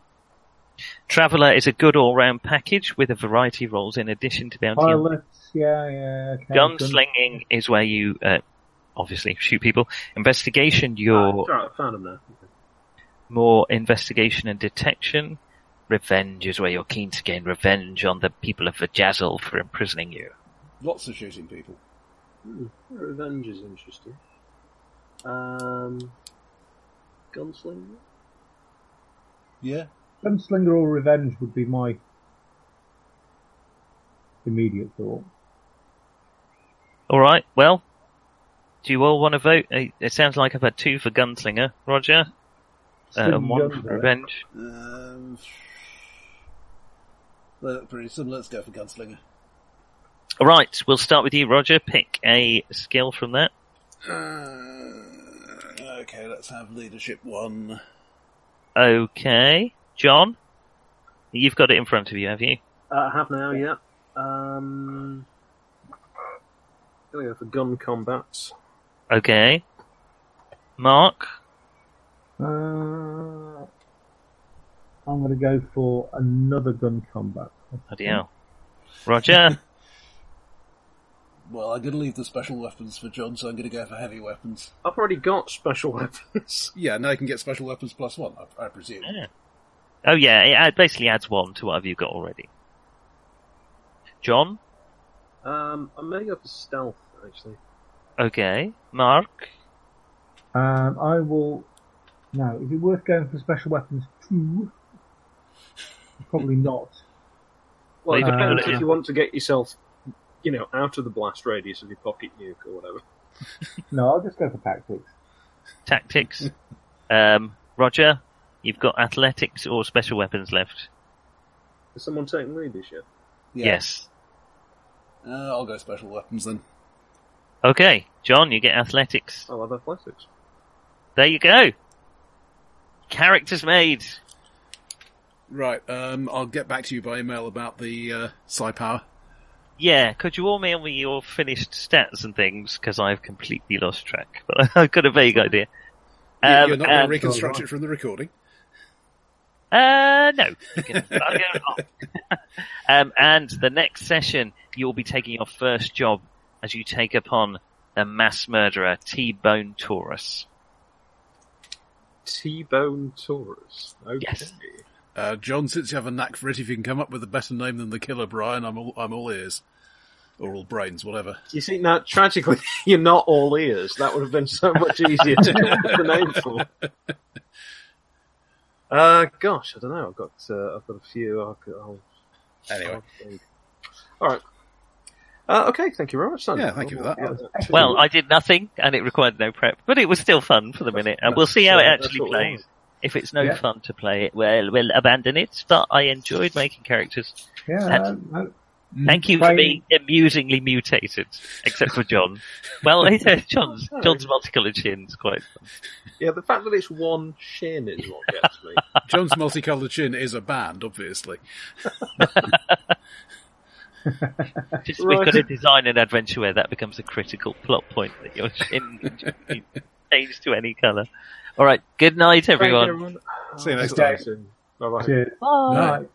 S3: Traveller is a good all-round package with a variety of roles in addition to bounty. and
S7: Pilots. Yeah, yeah. Okay.
S3: Gunslinging is where you, uh, obviously shoot people. Investigation,
S5: Oh,
S3: you're
S5: sorry, I found him now.
S3: more investigation and detection. Revenge is where you're keen to gain revenge on the people of Vajazzle for imprisoning you.
S4: Lots of shooting people.
S5: Hmm, revenge is interesting. Um, gunslinger.
S4: Yeah.
S7: Gunslinger or revenge would be my immediate thought.
S3: Alright, well, do you all want to vote? Uh, It sounds like I've had two for Gunslinger, Roger. Uh, and one for
S7: Gunslinger.
S3: Revenge.
S4: Um, they look pretty similar. Let's go for Gunslinger.
S3: Alright, we'll start with you, Roger. Pick a skill from that.
S4: Uh, okay, let's have leadership one.
S3: Okay. John? You've got it in front of you, have you?
S5: Uh, I have now, yeah. Um, gonna go for gun combat.
S3: Okay. Mark?
S7: Uh, I'm going to go for another gun combat.
S3: Bloody hell. Roger?
S4: Well, I'm going to leave the special weapons for John, so I'm going to go for heavy weapons.
S5: I've already got special weapons.
S4: Yeah, now you can get special weapons plus one, I, I presume.
S3: Yeah. Oh yeah, it add- basically adds one to what have you got already. John?
S5: Um, I'm gonna go for stealth, actually.
S3: Okay. Mark?
S7: Um, I will. Now, is it worth going for special weapons two? Probably not.
S5: Well,
S3: Well,
S5: it
S3: you
S5: depends
S3: can-
S5: if you want to get yourself, you know, out of the blast radius of your pocket nuke or whatever.
S7: No, I'll just go for tactics.
S3: Tactics? um, Roger? You've got athletics or special weapons left?
S5: Has someone taken leadership?
S4: Yeah.
S3: Yes.
S4: Uh, I'll go special weapons then.
S3: Okay. John, you get athletics.
S5: I'll have Oh, athletics.
S3: There you go. Characters made.
S4: Right, um, I'll get back to you by email about the uh, psi power.
S3: Yeah, could you all mail me your finished stats and things? Because I've completely lost track, but I've got a vague idea.
S4: You-
S3: Um,
S4: You're not going to
S3: and-
S4: reconstruct it from the recording.
S3: Uh, no. I'm gonna- I'm gonna- um, and the next session, you'll be taking your first job as you take upon the mass murderer T-Bone Taurus.
S5: T-Bone Taurus. Okay.
S3: Yes.
S4: Uh, John, since you have a knack for it, if you can come up with a better name than the killer Brian, I'm all I'm all ears, or all brains, whatever.
S5: You see, now tragically, you're not all ears. That would have been so much easier to come up with the name for. Uh, gosh, I don't know. I've got uh, I've got a few. I'll, I'll,
S4: Anyway,
S5: all right. Uh, okay, thank you very much, Dan.
S4: Yeah, thank you for that.
S5: Yeah, that's-
S3: Well, I did nothing, and it required no prep, but it was still fun for the minute, and we'll see how it
S5: yeah, that's
S3: actually
S5: what we want.
S3: plays. If it's no
S7: Yeah.
S3: fun to play it, well, we'll abandon it, but I enjoyed making characters.
S7: Yeah,
S3: That's-
S7: I- I-
S3: Thank you for
S7: Playing-
S3: being amusingly mutated, except for John. Well, he says John's, John's multicolored chin's quite
S5: yeah, the fact that it's one shin is what gets me.
S4: John's multicolored chin is a band, obviously.
S3: Just
S5: Right.
S3: we've got to design an adventure where that becomes a critical plot point that your shin can be changed to any colour. All right. Good night,
S5: Thank you,
S3: everyone.
S5: everyone.
S4: See you next
S5: Okay. Bye bye.
S7: cheers.
S3: Bye.
S7: Right.